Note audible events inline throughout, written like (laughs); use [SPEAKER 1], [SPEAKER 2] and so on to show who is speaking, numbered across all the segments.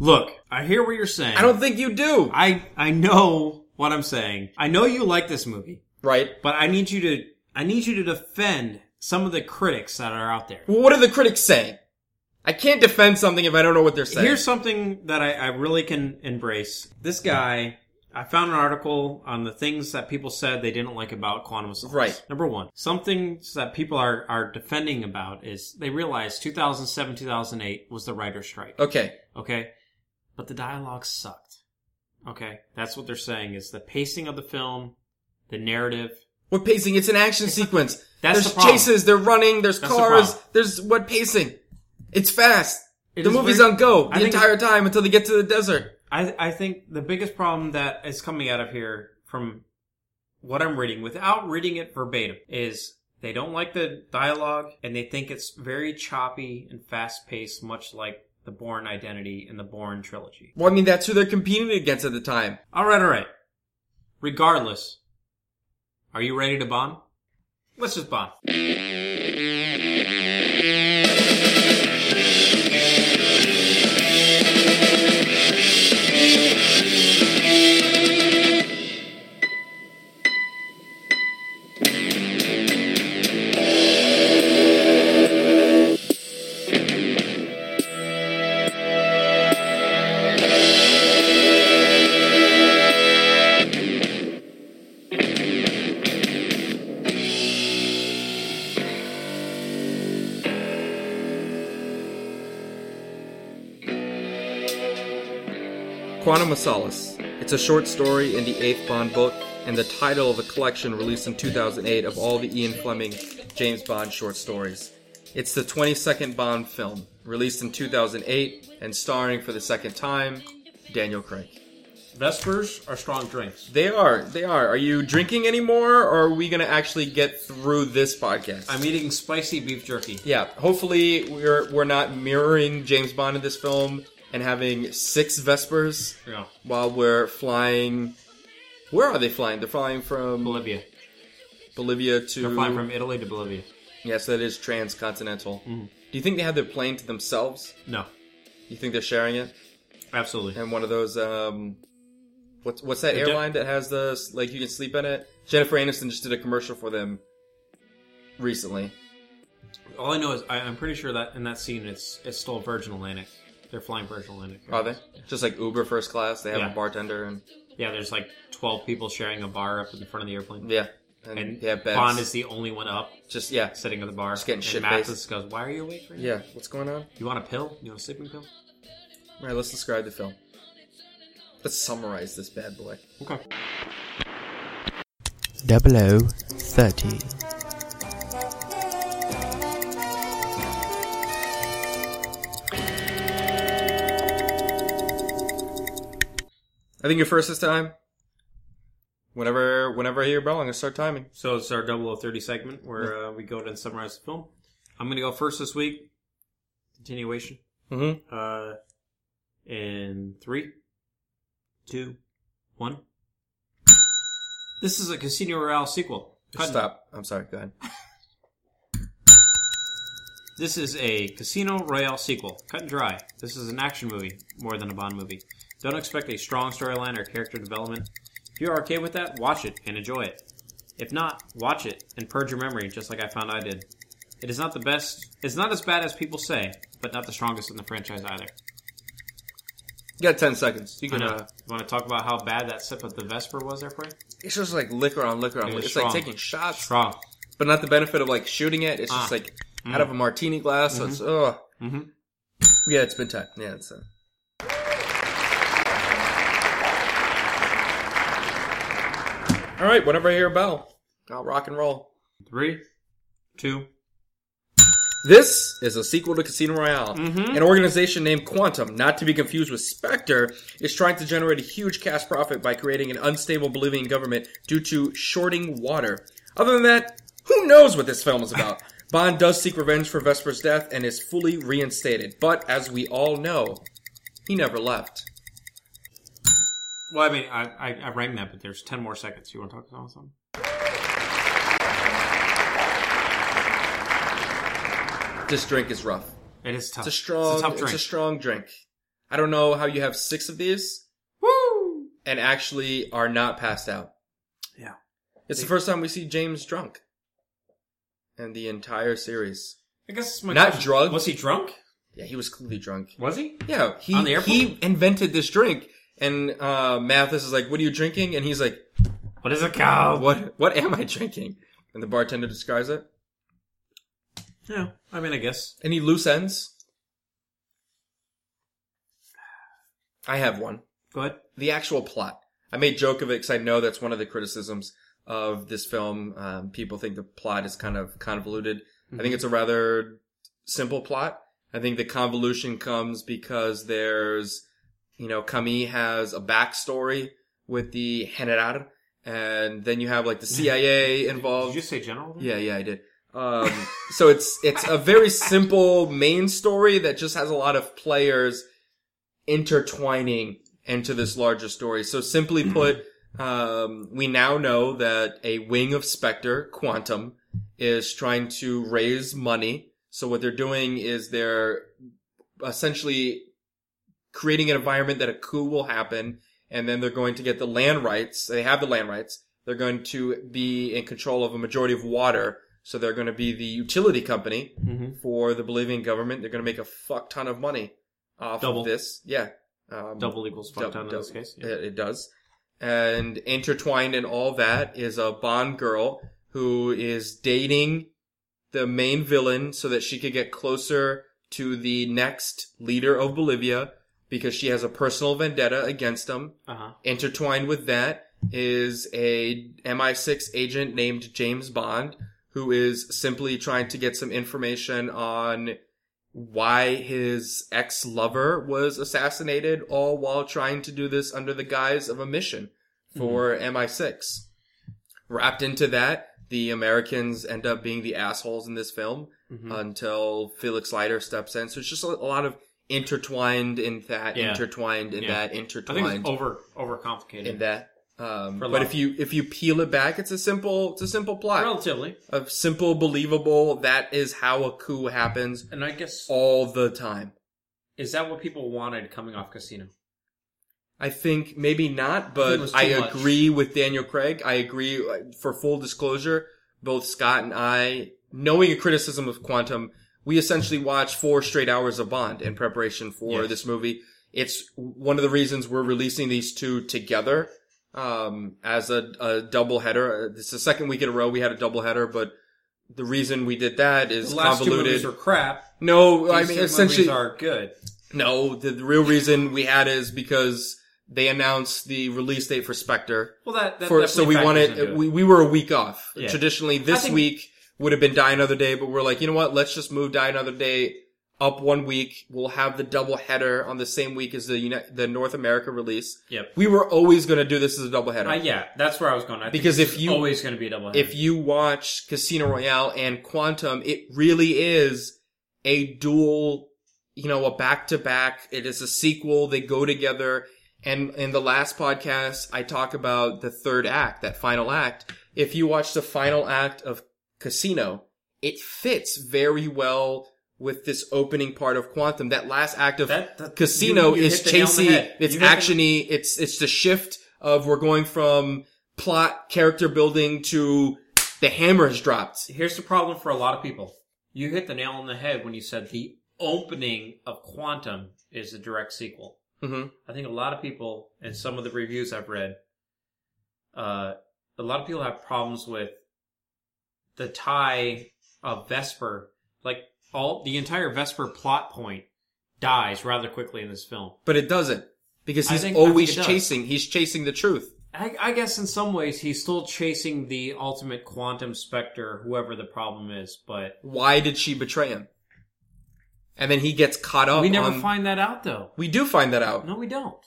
[SPEAKER 1] Look, I hear what you're saying.
[SPEAKER 2] I don't think you do.
[SPEAKER 1] I I know what I'm saying. I know you like this movie,
[SPEAKER 2] right.
[SPEAKER 1] but I need you to I need you to defend some of the critics that are out there.
[SPEAKER 2] Well, what are the critics saying? I can't defend something if I don't know what they're saying.
[SPEAKER 1] Here's something that I, I really can embrace. This guy, I found an article on the things that people said they didn't like about Quantum of Solace.
[SPEAKER 2] Right.
[SPEAKER 1] Number one, some things that people are, are defending about is they realized 2007, 2008 was the writer's strike.
[SPEAKER 2] okay.
[SPEAKER 1] Okay. But the dialogue sucked. Okay. That's what they're saying is the pacing of the film, the narrative.
[SPEAKER 2] What pacing? It's an action sequence.
[SPEAKER 1] That's
[SPEAKER 2] there's
[SPEAKER 1] the problem.
[SPEAKER 2] chases. They're running. There's
[SPEAKER 1] That's the
[SPEAKER 2] cars.
[SPEAKER 1] problem.
[SPEAKER 2] there's what pacing? It's fast.
[SPEAKER 1] It
[SPEAKER 2] the
[SPEAKER 1] is
[SPEAKER 2] movie's
[SPEAKER 1] very-
[SPEAKER 2] on go
[SPEAKER 1] I
[SPEAKER 2] the
[SPEAKER 1] think-
[SPEAKER 2] entire time until they get to the desert.
[SPEAKER 1] I, I think the biggest problem that is coming out of here from what I'm reading, without reading it verbatim, is they don't like the dialogue and they think it's very choppy and fast paced, much like the Bourne identity and the Bourne trilogy.
[SPEAKER 2] Well, I mean, that's who they're competing against at the time.
[SPEAKER 1] All right, all right. Regardless, are you ready to bond? Let's just bond.
[SPEAKER 2] Quantum of Solace. It's a short story in the eighth Bond book and the title of a collection released in 2008 of all the Ian Fleming James Bond short stories. It's the 22nd Bond film, released in 2008 and starring for the second time Daniel Craig.
[SPEAKER 1] Vespers are strong drinks.
[SPEAKER 2] They are, they are. Are you drinking anymore or are we going to actually get through this podcast?
[SPEAKER 1] I'm eating spicy beef jerky.
[SPEAKER 2] Yeah, hopefully we're we're not mirroring James Bond in this film and having six Vespers
[SPEAKER 1] Yeah.
[SPEAKER 2] while we're flying. Where are they flying? They're flying from
[SPEAKER 1] Bolivia.
[SPEAKER 2] Bolivia to.
[SPEAKER 1] They're flying from Italy to Bolivia.
[SPEAKER 2] Yes, that is transcontinental.
[SPEAKER 1] Mm-hmm.
[SPEAKER 2] Do you think they have their plane to themselves?
[SPEAKER 1] No,
[SPEAKER 2] You think they're sharing it?
[SPEAKER 1] absolutely.
[SPEAKER 2] And one of those um, what's what's that
[SPEAKER 1] The jet-
[SPEAKER 2] airline that has the s- like you can sleep in it? Jennifer Aniston just did a commercial for them recently.
[SPEAKER 1] All I know is I, I'm pretty sure that in that scene it's it's still Virgin Atlantic. They're flying Virgin Atlantic.
[SPEAKER 2] Are they just like Uber first class? They have
[SPEAKER 1] Yeah.
[SPEAKER 2] a bartender and.
[SPEAKER 1] Yeah, there's like 12 people sharing a bar up in the front of the airplane.
[SPEAKER 2] Yeah. And,
[SPEAKER 1] And
[SPEAKER 2] yeah, beds.
[SPEAKER 1] Bond is the only one up
[SPEAKER 2] just yeah.
[SPEAKER 1] sitting at the bar.
[SPEAKER 2] Just getting
[SPEAKER 1] and
[SPEAKER 2] shit-faced.
[SPEAKER 1] Mathis goes, "Why are you awake right now?
[SPEAKER 2] Yeah. What's going on?
[SPEAKER 1] You want a pill? You want a sleeping pill?
[SPEAKER 2] All right, let's describe the film. Let's summarize this bad boy.
[SPEAKER 1] Okay.
[SPEAKER 3] 0013.
[SPEAKER 2] I think you're first this time. Whenever, whenever I hear a bell, I'm gonna start timing.
[SPEAKER 1] So it's our 0030 segment where uh, we go and summarize the film. I'm gonna go first this week. Continuation.
[SPEAKER 2] Mm-hmm.
[SPEAKER 1] Uh, in three, two, one. This is a Casino Royale sequel. Cut.
[SPEAKER 2] Stop. I'm sorry. Go ahead.
[SPEAKER 1] This is a Casino Royale sequel. Cut and dry. This is an action movie more than a Bond movie. Don't expect a strong storyline or character development. If you are okay with that, watch it and enjoy it. If not, watch it and purge your memory just like I found I did. It is not the best, it's not as bad as people say, but not the strongest in the franchise either.
[SPEAKER 2] You got ten seconds. You
[SPEAKER 1] I
[SPEAKER 2] can.
[SPEAKER 1] know.
[SPEAKER 2] Uh,
[SPEAKER 1] You want to talk about how bad that sip of the Vesper was there for you?
[SPEAKER 2] it's just like liquor on liquor on.
[SPEAKER 1] It
[SPEAKER 2] liquor.
[SPEAKER 1] was
[SPEAKER 2] It's
[SPEAKER 1] strong.
[SPEAKER 2] like taking shots,
[SPEAKER 1] Strong.
[SPEAKER 2] but not the benefit of like shooting it. It's
[SPEAKER 1] Ah.
[SPEAKER 2] just like out of a martini glass. So it's oh.
[SPEAKER 1] Mhm.
[SPEAKER 2] Yeah, it's been time. Yeah, it's. Uh, all right. Whenever I hear a bell, I'll rock and roll.
[SPEAKER 1] Three, two.
[SPEAKER 2] This is a sequel to Casino Royale. An organization named Quantum, not to be confused with Spectre, is trying to generate a huge cash profit by creating an unstable Bolivian government due to shorting water. Other than that, who knows what this film is about? Bond does seek revenge for Vesper's death and is fully reinstated, but as we all know, he never left.
[SPEAKER 1] Well, I mean, I, I, I rang that, but there's 10 more seconds. You want to talk about something?
[SPEAKER 2] This drink is rough.
[SPEAKER 1] It is tough.
[SPEAKER 2] It's a strong,
[SPEAKER 1] It's a tough
[SPEAKER 2] it's
[SPEAKER 1] drink.
[SPEAKER 2] a strong drink. I don't know how you have six of these
[SPEAKER 1] Woo!
[SPEAKER 2] and actually are not passed out.
[SPEAKER 1] Yeah.
[SPEAKER 2] It's the first time we see James drunk. And the entire series.
[SPEAKER 1] I guess it's my
[SPEAKER 2] Not
[SPEAKER 1] question.
[SPEAKER 2] drugged.
[SPEAKER 1] Was he drunk?
[SPEAKER 2] Yeah, he was clearly drunk.
[SPEAKER 1] Was he?
[SPEAKER 2] Yeah, he
[SPEAKER 1] On the airplane?
[SPEAKER 2] he invented this drink, and uh, Mathis is like, "What are you drinking?" And he's like,
[SPEAKER 1] What is a cow?
[SPEAKER 2] "What? What am I drinking?" And the bartender describes it,
[SPEAKER 1] Yeah, I mean, I guess.
[SPEAKER 2] and he loose ends. I have one.
[SPEAKER 1] Go ahead.
[SPEAKER 2] The actual plot. I made joke of it because I know that's one of the criticisms of this film. Um, people think the plot is kind of convoluted. I think it's a rather simple plot. I think the convolution comes because there's, you know, Kami has a backstory with the General, and then you have like the CIA
[SPEAKER 1] Did
[SPEAKER 2] involved.
[SPEAKER 1] you say general?
[SPEAKER 2] Yeah, yeah, I did. Um, (laughs) so it's it's a very simple main story that just has a lot of players intertwining into this larger story. So simply put, um, we now know that a wing of Spectre, Quantum, is trying to raise money. So what they're doing is they're essentially creating an environment that a coup will happen, and then they're going to get the land rights. They have the land rights. They're going to be in control of a majority of water. So they're going to be the utility company
[SPEAKER 1] Mm-hmm.
[SPEAKER 2] for the Bolivian government. They're going to make a fuck ton of money off
[SPEAKER 1] Double.
[SPEAKER 2] of this. Yeah. Um,
[SPEAKER 1] Double equals fuck
[SPEAKER 2] dou-
[SPEAKER 1] ton in
[SPEAKER 2] dou-
[SPEAKER 1] this case.
[SPEAKER 2] It, it does. And intertwined in all that is a Bond girl who is dating the main villain so that she could get closer to the next leader of Bolivia because she has a personal vendetta against him.
[SPEAKER 1] Uh huh.
[SPEAKER 2] Intertwined with that is a MI6 agent named James Bond who is simply trying to get some information on why his ex-lover was assassinated all while trying to do this under the guise of a mission
[SPEAKER 1] Hmm.
[SPEAKER 2] for MI6. Wrapped into that, the Americans end up being the assholes in this film
[SPEAKER 1] Hmm. Mm-hmm.
[SPEAKER 2] until Felix Leiter steps in. So it's just a, a lot of intertwined in that,
[SPEAKER 1] Yeah.
[SPEAKER 2] intertwined in
[SPEAKER 1] Yeah.
[SPEAKER 2] that,
[SPEAKER 1] I think
[SPEAKER 2] intertwined
[SPEAKER 1] it's over overcomplicated.
[SPEAKER 2] in that. Um,
[SPEAKER 1] For
[SPEAKER 2] but
[SPEAKER 1] love.
[SPEAKER 2] if you if you peel it back, it's a simple it's a simple plot,
[SPEAKER 1] Relatively,
[SPEAKER 2] a simple believable. That is how a coup happens
[SPEAKER 1] and I guess
[SPEAKER 2] all the time.
[SPEAKER 1] is that what people wanted coming off Casino?
[SPEAKER 2] I think maybe not,
[SPEAKER 1] I think it
[SPEAKER 2] but
[SPEAKER 1] was too
[SPEAKER 2] I,
[SPEAKER 1] much.
[SPEAKER 2] agree with Daniel Craig. I agree. uh, For full disclosure, both Scott and I, knowing a criticism of Quantum, we essentially watched four straight hours of Bond in preparation for
[SPEAKER 1] Yes.
[SPEAKER 2] this movie. It's one of the reasons we're releasing these two together um, as a, a double header. It's the second week in a row we had a double header, but the reason we did that is
[SPEAKER 1] The last two
[SPEAKER 2] convoluted.
[SPEAKER 1] movies are crap.
[SPEAKER 2] no, I
[SPEAKER 1] These
[SPEAKER 2] mean
[SPEAKER 1] two
[SPEAKER 2] essentially
[SPEAKER 1] movies are good.
[SPEAKER 2] no, the, the real reason we had is because they announced the release date for Spectre.
[SPEAKER 1] Well, that, that
[SPEAKER 2] For, so
[SPEAKER 1] definitely
[SPEAKER 2] we
[SPEAKER 1] factors into
[SPEAKER 2] wanted,
[SPEAKER 1] it.
[SPEAKER 2] we, we were a week off.
[SPEAKER 1] Yeah.
[SPEAKER 2] Traditionally, this
[SPEAKER 1] think-
[SPEAKER 2] week would have been Die Another Day, but we're like, you know what? Let's just move Die Another Day up one week. We'll have the double header on the same week as the Uni- the North America release.
[SPEAKER 1] Yep.
[SPEAKER 2] We were always going to do this as a double header.
[SPEAKER 1] Uh, yeah, that's where I was going. I think
[SPEAKER 2] Because
[SPEAKER 1] this
[SPEAKER 2] if
[SPEAKER 1] is
[SPEAKER 2] you-
[SPEAKER 1] always going to be a double,
[SPEAKER 2] if you watch Casino Royale and Quantum, it really is a dual, you know, a back to back. It is a sequel. They go together. And in the last podcast, I talk about the third act, that final act. If you watch the final act of Casino, it fits very well with this opening part of Quantum. That last act of
[SPEAKER 1] That- that-
[SPEAKER 2] Casino
[SPEAKER 1] you- you
[SPEAKER 2] is
[SPEAKER 1] hit the nail on the
[SPEAKER 2] chasey.
[SPEAKER 1] head.
[SPEAKER 2] It's
[SPEAKER 1] You hit the-
[SPEAKER 2] actiony. It's, it's the shift of we're going from plot character building to the hammer has dropped.
[SPEAKER 1] here's the problem for a lot of people. You hit the nail on the head when you said the opening of Quantum is a direct sequel.
[SPEAKER 2] hmm
[SPEAKER 1] I think a lot of people, and some of the reviews I've read, uh, a lot of people have problems with the tie of Vesper. Like all the entire Vesper plot point dies rather quickly in this film.
[SPEAKER 2] But it doesn't because
[SPEAKER 1] I
[SPEAKER 2] he's
[SPEAKER 1] think- I think
[SPEAKER 2] always
[SPEAKER 1] it does.
[SPEAKER 2] chasing. He's chasing the truth.
[SPEAKER 1] I, I guess in some ways he's still chasing the ultimate quantum specter, whoever the problem is, but
[SPEAKER 2] Why did she betray him? And then he gets caught up.
[SPEAKER 1] we never
[SPEAKER 2] on-
[SPEAKER 1] find that out though.
[SPEAKER 2] We do find that out.
[SPEAKER 1] No, we don't.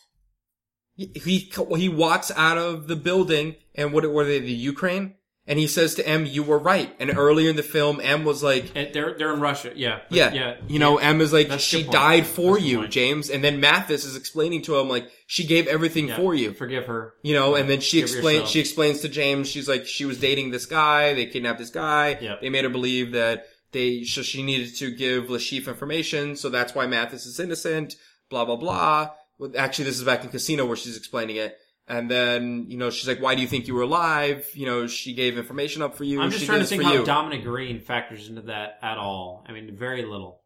[SPEAKER 2] He- He he walks out of the building and what were they the Ukraine? And he says to M, "You were right." And earlier in the film, M was like,
[SPEAKER 1] And they're they're in Russia. Yeah. But-
[SPEAKER 2] Yeah.
[SPEAKER 1] Yeah.
[SPEAKER 2] You know, Em is like,
[SPEAKER 1] That's a
[SPEAKER 2] she
[SPEAKER 1] good point.
[SPEAKER 2] died for
[SPEAKER 1] That's a good
[SPEAKER 2] you,
[SPEAKER 1] point.
[SPEAKER 2] James. And then Mathis is explaining to him, like, she gave everything
[SPEAKER 1] Yeah.
[SPEAKER 2] for you.
[SPEAKER 1] Forgive her.
[SPEAKER 2] You know, and then she
[SPEAKER 1] Give
[SPEAKER 2] explains,
[SPEAKER 1] yourself.
[SPEAKER 2] she explains to James, she's like, she was dating this guy, they kidnapped this guy,
[SPEAKER 1] Yeah.
[SPEAKER 2] they made her believe that they, so she needed to give Lashif information, so that's why Mathis is innocent, blah blah blah. Well, Actually, this is back in Casino where she's explaining it. And then, you know, she's like, why do you think you were alive? You know, she gave information up for you.
[SPEAKER 1] I'm just
[SPEAKER 2] she
[SPEAKER 1] trying
[SPEAKER 2] did
[SPEAKER 1] to
[SPEAKER 2] this
[SPEAKER 1] think
[SPEAKER 2] for
[SPEAKER 1] how
[SPEAKER 2] you.
[SPEAKER 1] Dominic Green factors into that at all. I mean, very little,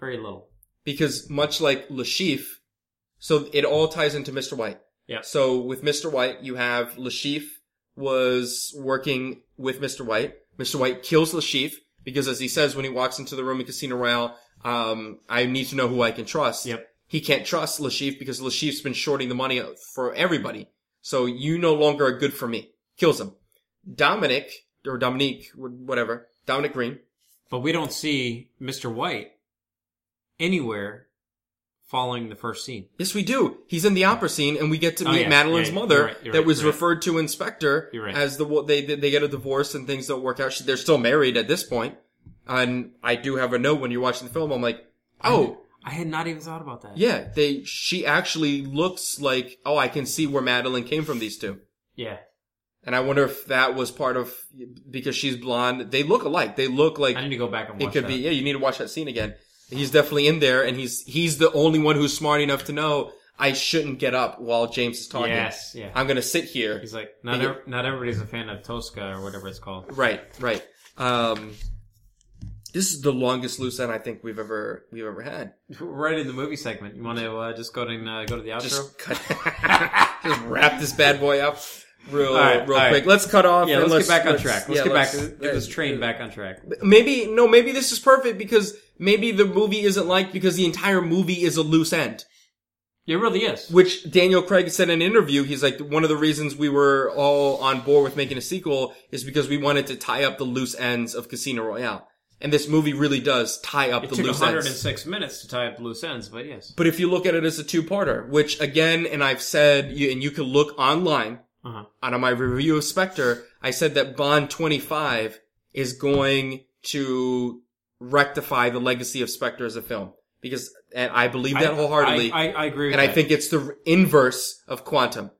[SPEAKER 1] very little.
[SPEAKER 2] because much like Lashif, so it all ties into Mr. White.
[SPEAKER 1] Yeah.
[SPEAKER 2] So with Mr. White, you have Lashif was working with Mr. White. Mr. White kills Lashif because, as he says when he walks into the room in Casino Royale, um, I need to know who I can trust.
[SPEAKER 1] Yep.
[SPEAKER 2] He can't trust Lashif because Lashif's been shorting the money for everybody. So you no longer are good for me. Kills him. Dominic or Dominique, wh- whatever. Dominic Green.
[SPEAKER 1] But we don't see Mr. White anywhere following the first scene.
[SPEAKER 2] Yes, we do. He's in the opera scene, and we get to
[SPEAKER 1] Oh,
[SPEAKER 2] meet
[SPEAKER 1] yeah,
[SPEAKER 2] Madeline's
[SPEAKER 1] yeah, yeah.
[SPEAKER 2] mother
[SPEAKER 1] You're right, you're
[SPEAKER 2] that
[SPEAKER 1] right,
[SPEAKER 2] was
[SPEAKER 1] you're right.
[SPEAKER 2] referred to Inspector
[SPEAKER 1] You're right.
[SPEAKER 2] as the wo- they they they get a divorce and things don't work out. She, they're still married at this point, and I do have a note when you're watching the film. I'm like, oh
[SPEAKER 1] I had not even thought about that.
[SPEAKER 2] yeah, they she actually looks like oh I can see where Madeline came from these two,
[SPEAKER 1] Yeah.
[SPEAKER 2] and I wonder if that was part of because she's blonde. They look alike. They look like
[SPEAKER 1] I need to go back and watch
[SPEAKER 2] it could
[SPEAKER 1] that.
[SPEAKER 2] be yeah you need to watch that scene again he's definitely in there and he's he's the only one who's smart enough to know i shouldn't get up while james is talking
[SPEAKER 1] Yes, yeah.
[SPEAKER 2] i'm gonna sit here
[SPEAKER 1] He's like, not, ev- not everybody's a fan of Tosca or whatever it's called.
[SPEAKER 2] right right um this is the longest loose end i think we've ever we've ever had
[SPEAKER 1] (laughs) Right in the movie segment. You want to uh, just go to, uh, go to the outro?
[SPEAKER 2] just cut (laughs) just wrap this bad boy up real
[SPEAKER 1] right,
[SPEAKER 2] real
[SPEAKER 1] all right.
[SPEAKER 2] quick let's cut
[SPEAKER 1] (laughs)
[SPEAKER 2] off
[SPEAKER 1] yeah,
[SPEAKER 2] and
[SPEAKER 1] let's, get back on
[SPEAKER 2] let's-
[SPEAKER 1] track. Let's
[SPEAKER 2] yeah,
[SPEAKER 1] get back,
[SPEAKER 2] let's- uh,
[SPEAKER 1] get this train back on track.
[SPEAKER 2] maybe no maybe this is perfect because maybe the movie isn't like because the entire movie is a loose end
[SPEAKER 1] It really is.
[SPEAKER 2] Which Daniel Craig said in an interview, he's like, one of the reasons we were all on board with making a sequel is because we wanted to tie up the loose ends of Casino Royale. And this movie really does tie up
[SPEAKER 1] It
[SPEAKER 2] the
[SPEAKER 1] took
[SPEAKER 2] loose ends.
[SPEAKER 1] 106 minutes to tie up the loose ends, but yes.
[SPEAKER 2] But if you look at it as a two-parter, which again, and I've said, you, and you can look online
[SPEAKER 1] Uh-huh.
[SPEAKER 2] out of my review of Spectre, I said that Bond 25 is going to rectify the legacy of Spectre as a film. Because, and I believe that wholeheartedly.
[SPEAKER 1] I, I, I agree with
[SPEAKER 2] and
[SPEAKER 1] that.
[SPEAKER 2] I think it's the inverse of Quantum,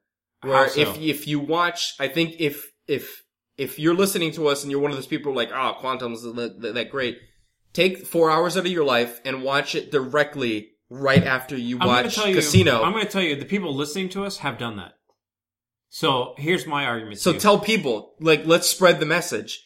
[SPEAKER 1] How
[SPEAKER 2] where
[SPEAKER 1] so?
[SPEAKER 2] if if you watch, I think if if if you're listening to us and you're one of those people like, oh, Quantum's that, that, that great, take four hours out of your life and watch it directly right after you
[SPEAKER 1] I'm gonna
[SPEAKER 2] watch
[SPEAKER 1] tell you-
[SPEAKER 2] Casino.
[SPEAKER 1] I'm going to tell you, the people listening to us have done that. So here's my argument.
[SPEAKER 2] so
[SPEAKER 1] to you.
[SPEAKER 2] tell people, like, let's spread the message.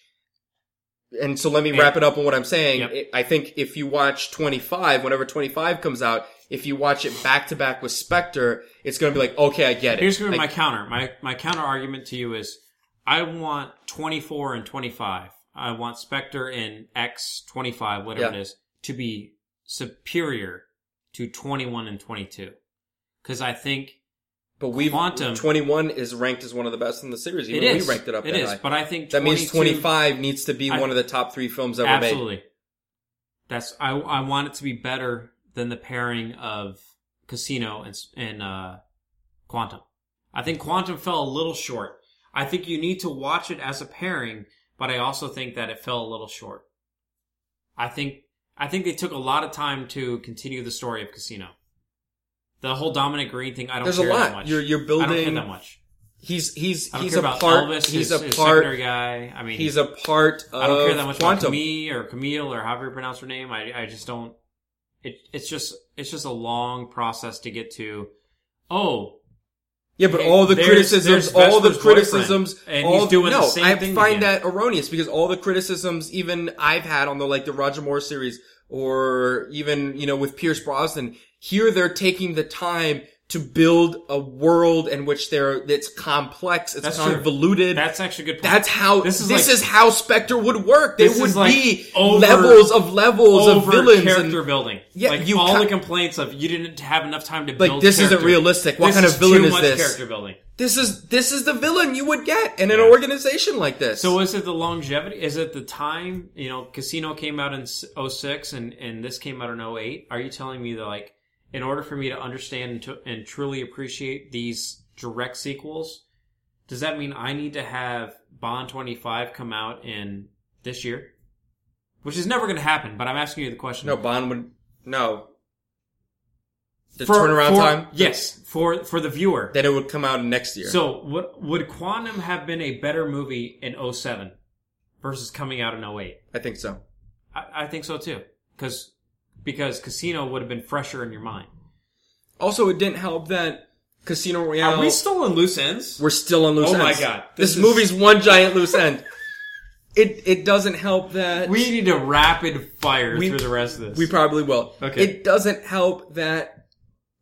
[SPEAKER 2] And so let me wrap it up on what I'm saying.
[SPEAKER 1] Yep.
[SPEAKER 2] It- I think if you watch 25, whenever 25 comes out, if you watch it back to back with Spectre, it's going to be like, okay, I get it.
[SPEAKER 1] Here's gonna be
[SPEAKER 2] Like,
[SPEAKER 1] my counter. My my counter argument to you is, I want 24 and 25. I want Spectre and X 25, whatever
[SPEAKER 2] Yeah.
[SPEAKER 1] it is, to be superior to 21 and 22, because I think
[SPEAKER 2] But we've
[SPEAKER 1] Quantum.
[SPEAKER 2] 21 is ranked as one of the best in the series.
[SPEAKER 1] it
[SPEAKER 2] Even
[SPEAKER 1] is.
[SPEAKER 2] we ranked it up
[SPEAKER 1] It
[SPEAKER 2] that
[SPEAKER 1] is,
[SPEAKER 2] high.
[SPEAKER 1] but I think
[SPEAKER 2] that means
[SPEAKER 1] 22
[SPEAKER 2] 25 needs to be
[SPEAKER 1] I-
[SPEAKER 2] one of the top three films ever made.
[SPEAKER 1] Absolutely. That's I I want it to be better than the pairing of Casino and s- and uh, Quantum. I think Quantum fell a little short. I think you need to watch it as a pairing, but I also think that it fell a little short. I think I think they took a lot of time to continue the story of Casino. The whole Dominic Green thing, I don't
[SPEAKER 2] There's a
[SPEAKER 1] care
[SPEAKER 2] lot.
[SPEAKER 1] that much.
[SPEAKER 2] You're- you're
[SPEAKER 1] I don't care
[SPEAKER 2] building-
[SPEAKER 1] that much.
[SPEAKER 2] He's he's
[SPEAKER 1] I don't
[SPEAKER 2] he's
[SPEAKER 1] care
[SPEAKER 2] a
[SPEAKER 1] about
[SPEAKER 2] part.
[SPEAKER 1] Elvis,
[SPEAKER 2] he's
[SPEAKER 1] his,
[SPEAKER 2] a
[SPEAKER 1] his
[SPEAKER 2] part.
[SPEAKER 1] secondary guy. I mean,
[SPEAKER 2] He's a part of
[SPEAKER 1] I don't care that much about
[SPEAKER 2] Quantum.
[SPEAKER 1] Camille or Camille or however you pronounce her name. I, I just don't. It, it's just it's just a long process to get to. Oh,
[SPEAKER 2] yeah, but
[SPEAKER 1] Okay,
[SPEAKER 2] all the
[SPEAKER 1] there's-
[SPEAKER 2] criticisms,
[SPEAKER 1] there's
[SPEAKER 2] all the
[SPEAKER 1] Vesper's boyfriend,
[SPEAKER 2] criticisms,
[SPEAKER 1] and
[SPEAKER 2] all
[SPEAKER 1] he's doing
[SPEAKER 2] no,
[SPEAKER 1] the same
[SPEAKER 2] I
[SPEAKER 1] thing
[SPEAKER 2] find
[SPEAKER 1] again.
[SPEAKER 2] that erroneous because all the criticisms, even I've had on the like the Roger Moore series, or even you know with Pierce Brosnan, here they're taking the time to build a world in which they're that's complex, it's
[SPEAKER 1] That's true.
[SPEAKER 2] convoluted.
[SPEAKER 1] that's actually a good. Point.
[SPEAKER 2] That's how this
[SPEAKER 1] This
[SPEAKER 2] is,
[SPEAKER 1] is
[SPEAKER 2] this
[SPEAKER 1] like-
[SPEAKER 2] is how Spectre would work. There
[SPEAKER 1] This
[SPEAKER 2] would
[SPEAKER 1] is like
[SPEAKER 2] be
[SPEAKER 1] over-
[SPEAKER 2] levels of levels
[SPEAKER 1] over
[SPEAKER 2] of villains
[SPEAKER 1] character
[SPEAKER 2] and
[SPEAKER 1] building.
[SPEAKER 2] Yeah,
[SPEAKER 1] like
[SPEAKER 2] you
[SPEAKER 1] all
[SPEAKER 2] ca-
[SPEAKER 1] the complaints of you didn't have enough time to
[SPEAKER 2] Like,
[SPEAKER 1] build.
[SPEAKER 2] this isn't
[SPEAKER 1] character.
[SPEAKER 2] realistic. What
[SPEAKER 1] This
[SPEAKER 2] kind of
[SPEAKER 1] is
[SPEAKER 2] villain
[SPEAKER 1] too
[SPEAKER 2] is
[SPEAKER 1] much
[SPEAKER 2] this?
[SPEAKER 1] Character building.
[SPEAKER 2] this is this is the villain you would get in an
[SPEAKER 1] Yeah.
[SPEAKER 2] organization like this.
[SPEAKER 1] So is it the longevity? Is it the time? You know, Casino came out in s- 06 and, and this came out in 08. Are you telling me that, like, in order for me to understand and, to, and truly appreciate these direct sequels, does that mean I need to have Bond 25 come out in this year? Which is never going to happen, but I'm asking you the question.
[SPEAKER 2] no Bond would no. The
[SPEAKER 1] For-
[SPEAKER 2] turnaround
[SPEAKER 1] for-
[SPEAKER 2] time,
[SPEAKER 1] Yes, for, for the viewer.
[SPEAKER 2] Then it would come out next year.
[SPEAKER 1] So, what, would Quantum have been a better movie in 07 versus coming out in 08?
[SPEAKER 2] I think so.
[SPEAKER 1] I, I think so too, because because Casino would have been fresher in your mind.
[SPEAKER 2] Also, it didn't help that Casino Royale.
[SPEAKER 1] Are we still in loose ends?
[SPEAKER 2] We're still on loose
[SPEAKER 1] Oh
[SPEAKER 2] ends.
[SPEAKER 1] my God.
[SPEAKER 2] This,
[SPEAKER 1] This is-
[SPEAKER 2] movie's one giant loose
[SPEAKER 1] (laughs)
[SPEAKER 2] end. It it doesn't help that
[SPEAKER 1] We need to rapid fire
[SPEAKER 2] We-
[SPEAKER 1] through the rest of this.
[SPEAKER 2] we probably will.
[SPEAKER 1] Okay.
[SPEAKER 2] It doesn't help that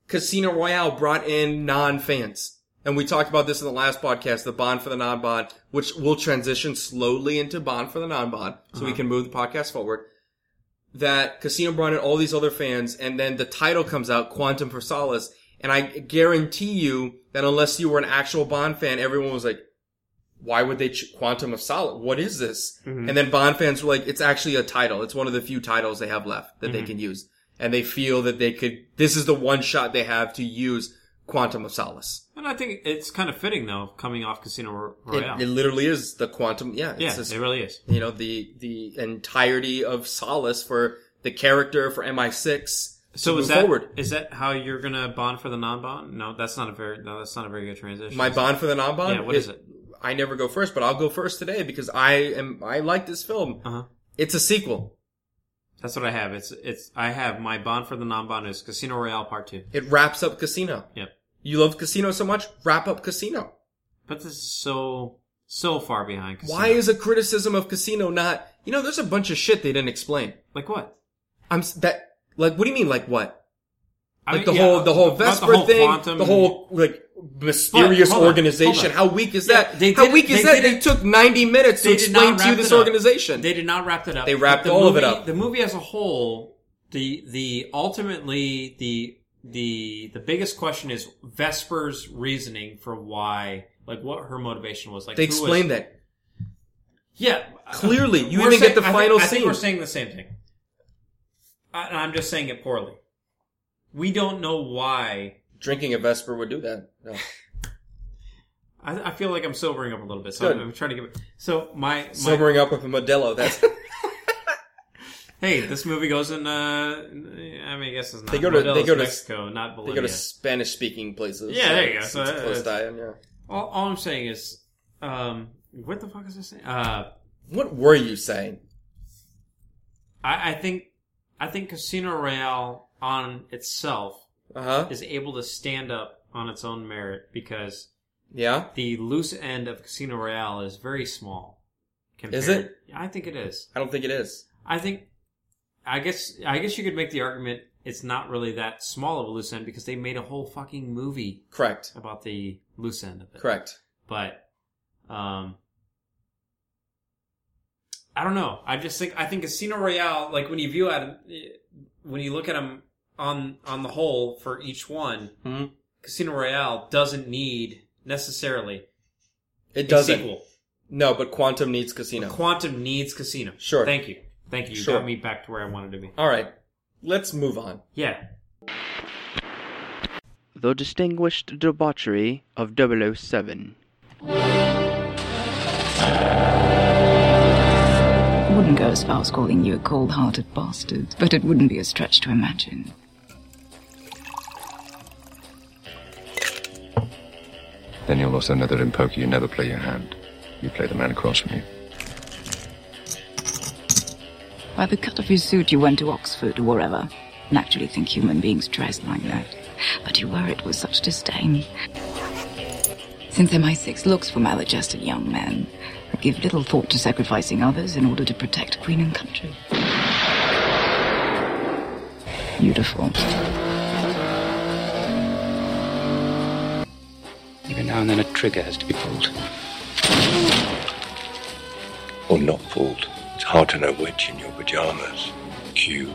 [SPEAKER 2] Casino Royale brought in non fans. And we talked about this in the last podcast, the bond for the non bond, which will transition slowly into bond for the non bond, so
[SPEAKER 1] Uh-huh.
[SPEAKER 2] we can move the podcast forward. That Casino brought in all these other fans, and then the title comes out, Quantum for Solace, and I guarantee you that unless you were an actual Bond fan, everyone was like, why would they ch- Quantum of Solace? What is this?
[SPEAKER 1] Mm-hmm.
[SPEAKER 2] And then Bond fans were like, it's actually a title. It's one of the few titles they have left that
[SPEAKER 1] Mm-hmm.
[SPEAKER 2] they can use. And they feel that they could, this is the one shot they have to use Quantum of Solace.
[SPEAKER 1] and I think it's kind of fitting though, coming off Casino Ro-
[SPEAKER 2] It,
[SPEAKER 1] Royale.
[SPEAKER 2] it literally is the quantum. Yeah. It's
[SPEAKER 1] Oh, yeah,
[SPEAKER 2] just,
[SPEAKER 1] it really is.
[SPEAKER 2] you know, the, the entirety of Solace for the character for MI6.
[SPEAKER 1] So
[SPEAKER 2] to
[SPEAKER 1] is
[SPEAKER 2] move
[SPEAKER 1] that
[SPEAKER 2] forward.
[SPEAKER 1] is that how you're gonna bond for the non-bond? No, that's not a very no, that's not a very good transition.
[SPEAKER 2] My bond for the non-bond?
[SPEAKER 1] Yeah, what is it?
[SPEAKER 2] I never go first, but I'll go first today because I am, I like this film.
[SPEAKER 1] Uh huh.
[SPEAKER 2] It's a sequel.
[SPEAKER 1] That's what I have. It's it's I have my bond for the non-bond is Casino Royale Part Two.
[SPEAKER 2] It wraps up Casino.
[SPEAKER 1] Yep.
[SPEAKER 2] You loved Casino so much, wrap up Casino.
[SPEAKER 1] But this is so so far behind. Casino.
[SPEAKER 2] Why is a criticism of Casino not? You know, there's a bunch of shit they didn't explain.
[SPEAKER 1] like what?
[SPEAKER 2] I'm s- that like, what do you mean, like what?
[SPEAKER 1] I
[SPEAKER 2] Like
[SPEAKER 1] mean,
[SPEAKER 2] the
[SPEAKER 1] yeah,
[SPEAKER 2] whole the whole
[SPEAKER 1] about the
[SPEAKER 2] Vesper
[SPEAKER 1] whole
[SPEAKER 2] thing,
[SPEAKER 1] quantum-
[SPEAKER 2] the whole like mysterious
[SPEAKER 1] But, hold on,
[SPEAKER 2] organization.
[SPEAKER 1] hold on.
[SPEAKER 2] How weak is
[SPEAKER 1] Yeah,
[SPEAKER 2] that?
[SPEAKER 1] they
[SPEAKER 2] How
[SPEAKER 1] didn't-
[SPEAKER 2] weak is
[SPEAKER 1] they
[SPEAKER 2] that? They
[SPEAKER 1] didn't-
[SPEAKER 2] took 90 minutes to
[SPEAKER 1] They did not
[SPEAKER 2] explain to you
[SPEAKER 1] wrap
[SPEAKER 2] this
[SPEAKER 1] it up.
[SPEAKER 2] organization.
[SPEAKER 1] They did not wrap it up.
[SPEAKER 2] They
[SPEAKER 1] But
[SPEAKER 2] wrapped
[SPEAKER 1] the
[SPEAKER 2] all of it
[SPEAKER 1] movie-
[SPEAKER 2] up.
[SPEAKER 1] The movie as a whole, the the ultimately the the the biggest question is Vesper's reasoning for why, like what her motivation was. Like
[SPEAKER 2] They
[SPEAKER 1] who was-
[SPEAKER 2] explained that.
[SPEAKER 1] Yeah,
[SPEAKER 2] Clearly, you
[SPEAKER 1] We're
[SPEAKER 2] even
[SPEAKER 1] saying-
[SPEAKER 2] get the
[SPEAKER 1] I think-
[SPEAKER 2] final
[SPEAKER 1] I think
[SPEAKER 2] scene.
[SPEAKER 1] we're saying the same thing, I, and I'm just saying it poorly. We don't know why.
[SPEAKER 2] Drinking a Vesper would do that. (laughs) No.
[SPEAKER 1] I, I feel like I'm sobering up a little bit, so
[SPEAKER 2] Good.
[SPEAKER 1] I'm, I'm trying to give it. So my, my
[SPEAKER 2] Sobering up with a Modelo. (laughs) That's
[SPEAKER 1] hey, this movie goes in. Uh, I mean, I guess it's not.
[SPEAKER 2] They go to- they
[SPEAKER 1] Modelo's
[SPEAKER 2] go to-
[SPEAKER 1] Mexico, not
[SPEAKER 2] they
[SPEAKER 1] Bolivia.
[SPEAKER 2] go to Spanish speaking places.
[SPEAKER 1] Yeah, there you go.
[SPEAKER 2] It's,
[SPEAKER 1] So
[SPEAKER 2] uh, it's
[SPEAKER 1] that-
[SPEAKER 2] close to, yeah.
[SPEAKER 1] All, all I'm saying is, um, what the fuck is this saying? Uh,
[SPEAKER 2] What were you saying?
[SPEAKER 1] I, I think, I think Casino Royale on itself
[SPEAKER 2] Uh huh.
[SPEAKER 1] is able to stand up on its own merit because
[SPEAKER 2] Yeah.
[SPEAKER 1] the loose end of Casino Royale is very small.
[SPEAKER 2] Is
[SPEAKER 1] compared- I think it is.
[SPEAKER 2] I don't think it is.
[SPEAKER 1] I think, I guess, I guess you could make the argument it's not really that small of a loose end because they made a whole fucking movie
[SPEAKER 2] Correct.
[SPEAKER 1] about the loose end of it.
[SPEAKER 2] Correct.
[SPEAKER 1] but um I don't know. I just think I think Casino Royale, like when you view at 'em, eh, when you look at them on on the whole for each one,
[SPEAKER 2] Mhm.
[SPEAKER 1] Casino Royale doesn't need necessarily
[SPEAKER 2] It
[SPEAKER 1] a
[SPEAKER 2] doesn't.
[SPEAKER 1] sequel.
[SPEAKER 2] No, but Quantum needs Casino.
[SPEAKER 1] Quantum needs Casino.
[SPEAKER 2] Sure.
[SPEAKER 1] Thank you. Thank you. You
[SPEAKER 2] Sure.
[SPEAKER 1] got me back to where I wanted to be.
[SPEAKER 2] All right. Let's move on.
[SPEAKER 1] Yeah.
[SPEAKER 3] The distinguished debauchery of 007.
[SPEAKER 4] I wouldn't go as far as calling you a cold hearted bastard, but it wouldn't be a stretch to imagine.
[SPEAKER 5] Then you'll also know that in poker you never play your hand. You play the man across from you.
[SPEAKER 4] By the cut of his suit, you went to Oxford or wherever. Naturally, think human beings dress like that. But you wear it with such disdain. Since MI6 looks for maladjusted young men, I give little thought to sacrificing others in order to protect Queen and country. Beautiful.
[SPEAKER 6] Every now and then a trigger has to be pulled.
[SPEAKER 7] or not pulled. It's hard to know which in your pajamas. Cue.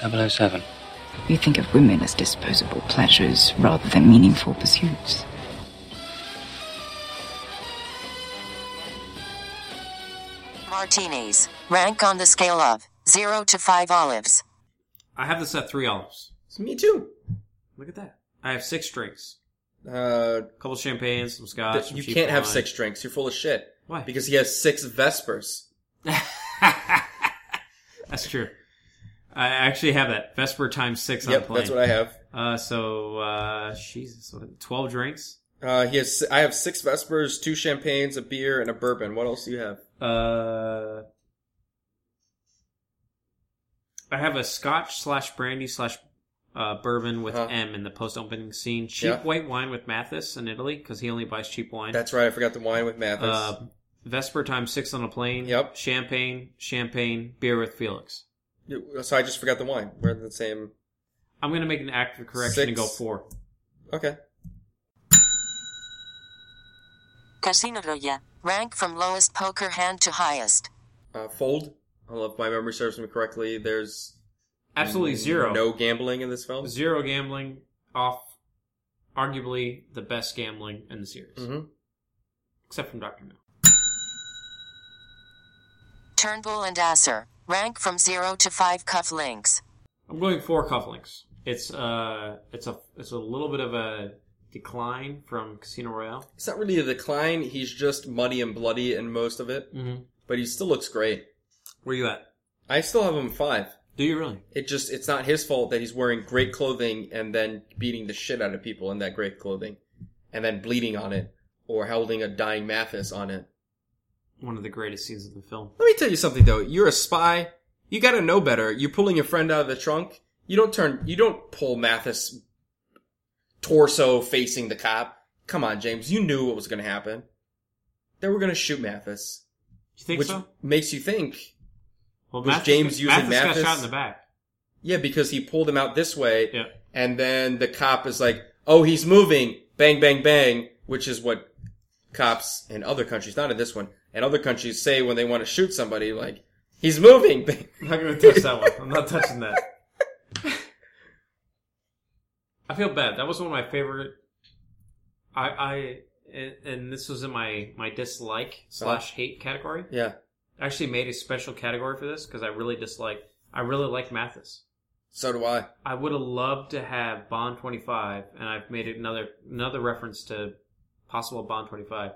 [SPEAKER 6] 007.
[SPEAKER 4] You think of women as disposable pleasures rather than meaningful pursuits.
[SPEAKER 8] Martinis. Rank on the scale of 0 to 5 olives.
[SPEAKER 1] I have this at three olives.
[SPEAKER 2] It's me too.
[SPEAKER 1] Look at that. I have six drinks.
[SPEAKER 2] Uh,
[SPEAKER 1] A couple champagnes, some scotch.
[SPEAKER 2] th-
[SPEAKER 1] some
[SPEAKER 2] you
[SPEAKER 1] cheap
[SPEAKER 2] can't have
[SPEAKER 1] wine.
[SPEAKER 2] six drinks. You're full of shit.
[SPEAKER 1] Why?
[SPEAKER 2] Because he has six Vespers.
[SPEAKER 1] (laughs) That's true. I actually have that Vesper times six on
[SPEAKER 2] yep,
[SPEAKER 1] the plane.
[SPEAKER 2] that's what I have.
[SPEAKER 1] Uh, so uh, Jesus, what- twelve drinks.
[SPEAKER 2] Uh, he has. I have six Vespers, two champagnes, a beer, and a bourbon. What else do you have?
[SPEAKER 1] Uh, I have a Scotch slash brandy slash uh, bourbon with
[SPEAKER 2] Uh-huh.
[SPEAKER 1] M in the post-opening scene. Cheap
[SPEAKER 2] Yeah.
[SPEAKER 1] white wine with Mathis in Italy because he only buys cheap wine.
[SPEAKER 2] That's right. I forgot the wine with Mathis.
[SPEAKER 1] uh, Vesper time six on a plane.
[SPEAKER 2] Yep.
[SPEAKER 1] Champagne, champagne, beer with Felix.
[SPEAKER 2] so I just forgot the wine. We're in the same.
[SPEAKER 1] I'm gonna make an active correction and
[SPEAKER 2] Six.
[SPEAKER 1] go four.
[SPEAKER 2] Okay.
[SPEAKER 8] Casino Royale. Rank from lowest poker hand to highest.
[SPEAKER 2] Uh, fold. I don't know if my memory serves me correctly. There's
[SPEAKER 1] Absolutely zero.
[SPEAKER 2] No gambling in this film.
[SPEAKER 1] Zero gambling off arguably the best gambling in the series.
[SPEAKER 2] Mhm.
[SPEAKER 1] Except from Dr. No.
[SPEAKER 8] Turnbull and Asser. Rank from 0 to 5 cuff links.
[SPEAKER 1] I'm going four cufflinks. It's uh it's a it's a little bit of a decline from Casino Royale.
[SPEAKER 2] It's not really a decline. He's just muddy and bloody in most of it,
[SPEAKER 1] Mm-hmm.
[SPEAKER 2] but he still looks great.
[SPEAKER 1] Where you at?
[SPEAKER 2] I still have him five.
[SPEAKER 1] Do you really?
[SPEAKER 2] It just it's not his fault that he's wearing great clothing and then beating the shit out of people in that great clothing, and then bleeding on it or holding a dying Mathis on it.
[SPEAKER 1] One of the greatest scenes of the film.
[SPEAKER 2] Let me tell you something though. You're a spy. You gotta know better. You're pulling your friend out of the trunk. You don't turn. You don't pull Mathis torso facing the cop. Come on, James. You knew what was gonna happen. They were gonna shoot Mathis,
[SPEAKER 1] You think
[SPEAKER 2] which
[SPEAKER 1] so?
[SPEAKER 2] makes you think.
[SPEAKER 1] Well,
[SPEAKER 2] was James using
[SPEAKER 1] got
[SPEAKER 2] Mathis?
[SPEAKER 1] shot in the back.
[SPEAKER 2] Yeah, because he pulled him out this way,
[SPEAKER 1] Yeah.
[SPEAKER 2] and then the cop is like, "Oh, he's moving!" Bang, bang, bang, which is what cops in other countries, not in this one, and other countries say when they want to shoot somebody, like, "He's moving!" (laughs) Bang.
[SPEAKER 1] I'm not gonna touch that one. I'm not touching that. I feel bad. That was one of my favorite. I I and, and this was in my my dislike slash hate category.
[SPEAKER 2] Yeah.
[SPEAKER 1] I actually made a special category for this because I really dislike. I really like Mathis.
[SPEAKER 2] So do I.
[SPEAKER 1] I would have loved to have Bond 25, and I've made another another reference to possible Bond 25.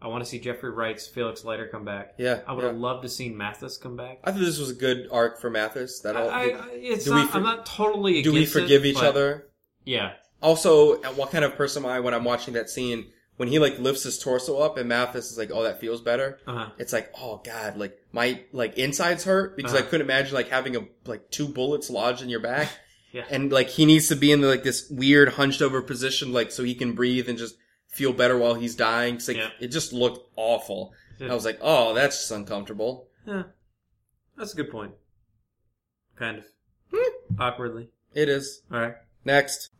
[SPEAKER 1] I want to see Jeffrey Wright's Felix Leiter come back.
[SPEAKER 2] Yeah,
[SPEAKER 1] I would have
[SPEAKER 2] yeah.
[SPEAKER 1] loved to seen Mathis come back.
[SPEAKER 2] I thought this was a good arc for Mathis. That
[SPEAKER 1] I,
[SPEAKER 2] all.
[SPEAKER 1] I, it's
[SPEAKER 2] do we
[SPEAKER 1] not,
[SPEAKER 2] for-
[SPEAKER 1] I'm not totally.
[SPEAKER 2] do we
[SPEAKER 1] against it,
[SPEAKER 2] forgive each
[SPEAKER 1] but-
[SPEAKER 2] other?
[SPEAKER 1] Yeah,
[SPEAKER 2] Also, what kind of person am I when I'm watching that scene when he like lifts his torso up and Mathis is like, "Oh, that feels better."
[SPEAKER 1] uh-huh.
[SPEAKER 2] It's like, oh god, like my like insides hurt because I
[SPEAKER 1] Uh-huh.
[SPEAKER 2] couldn't imagine like having a like two bullets lodged in your back,
[SPEAKER 1] (laughs) Yeah.
[SPEAKER 2] and like he needs to be in like this weird hunched over position like so he can breathe and just feel better while he's dying. 'Cause, like,
[SPEAKER 1] Yeah.
[SPEAKER 2] it just looked awful.
[SPEAKER 1] Yeah.
[SPEAKER 2] I was like, oh, that's just uncomfortable.
[SPEAKER 1] yeah, that's a good point. Kind of
[SPEAKER 2] Hmm.
[SPEAKER 1] awkwardly.
[SPEAKER 2] It is
[SPEAKER 1] All right.
[SPEAKER 2] next.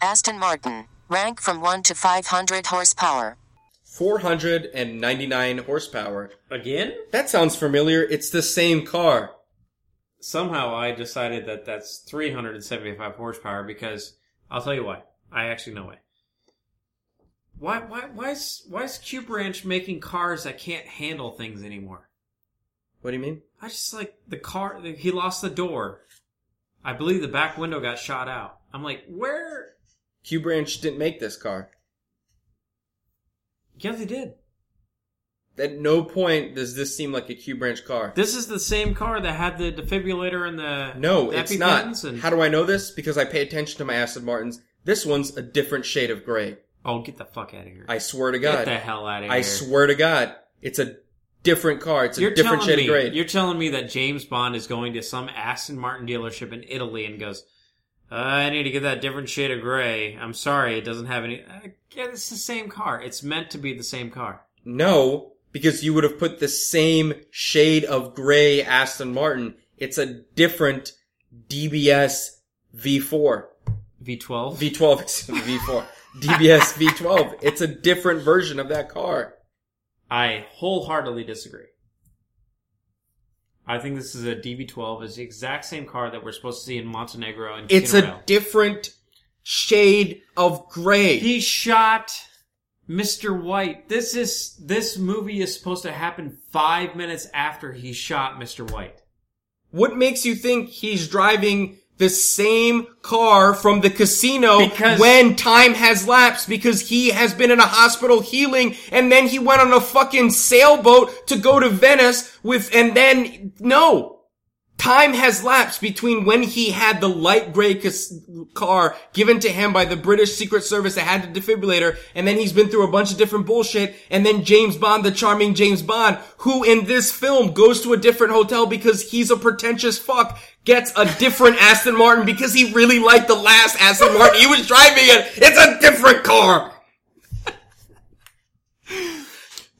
[SPEAKER 8] Aston Martin. Rank from 1 to 500 horsepower.
[SPEAKER 2] 499 horsepower.
[SPEAKER 1] Again?
[SPEAKER 2] That sounds familiar. It's the same car.
[SPEAKER 1] Somehow I decided that that's 375 horsepower because I'll tell you why. I actually know why. Why why why is why is Cube Ranch making cars that can't handle things anymore?
[SPEAKER 2] What do you mean?
[SPEAKER 1] I just like the car. He lost the door. I believe the back window got shot out. I'm like, where?
[SPEAKER 2] Q Branch didn't make this car.
[SPEAKER 1] Yeah, they did.
[SPEAKER 2] At no point does this seem like a Q Branch car.
[SPEAKER 1] This is the same car that had the defibrillator and the
[SPEAKER 2] No,
[SPEAKER 1] the
[SPEAKER 2] it's
[SPEAKER 1] EpiPens
[SPEAKER 2] not.
[SPEAKER 1] And,
[SPEAKER 2] How do I know this? Because I pay attention to my Aston Martins. This one's a different shade of gray.
[SPEAKER 1] oh, get the fuck out of here!
[SPEAKER 2] I swear to
[SPEAKER 1] get
[SPEAKER 2] God.
[SPEAKER 1] the hell out of here!
[SPEAKER 2] I swear to God, it's a different car. It's a
[SPEAKER 1] You're
[SPEAKER 2] different
[SPEAKER 1] telling
[SPEAKER 2] shade
[SPEAKER 1] me,
[SPEAKER 2] of gray.
[SPEAKER 1] You're telling me that James Bond is going to some Aston Martin dealership in Italy and goes, uh, "I need to get that different shade of gray." I'm sorry, it doesn't have any. Uh, yeah, it's the same car. It's meant to be the same car.
[SPEAKER 2] No, because you would have put the same shade of gray Aston Martin. It's a different DBS V4.
[SPEAKER 1] V12.
[SPEAKER 2] V12, (laughs) excuse me, V4. DBS V12. It's a different version of that car.
[SPEAKER 1] I wholeheartedly disagree. I think this is a DB12. It's the exact same car that we're supposed to see in Montenegro and
[SPEAKER 2] It's
[SPEAKER 1] Casino
[SPEAKER 2] a
[SPEAKER 1] Royale.
[SPEAKER 2] different shade of gray.
[SPEAKER 1] He shot Mr. White. This is this movie is supposed to happen five minutes after he shot Mr. White.
[SPEAKER 2] What makes you think he's driving the same car from the casino
[SPEAKER 1] Because-
[SPEAKER 2] when time has lapsed because he has been in a hospital healing and then he went on a fucking sailboat to go to Venice with and then no. Time has lapsed between when he had the light gray cas- car given to him by the British Secret Service that had the defibrillator, and then he's been through a bunch of different bullshit, and then James Bond, the charming James Bond, who in this film goes to a different hotel because he's a pretentious fuck, gets a different (laughs) Aston Martin because he really liked the last Aston Martin he was driving it. It's a different car!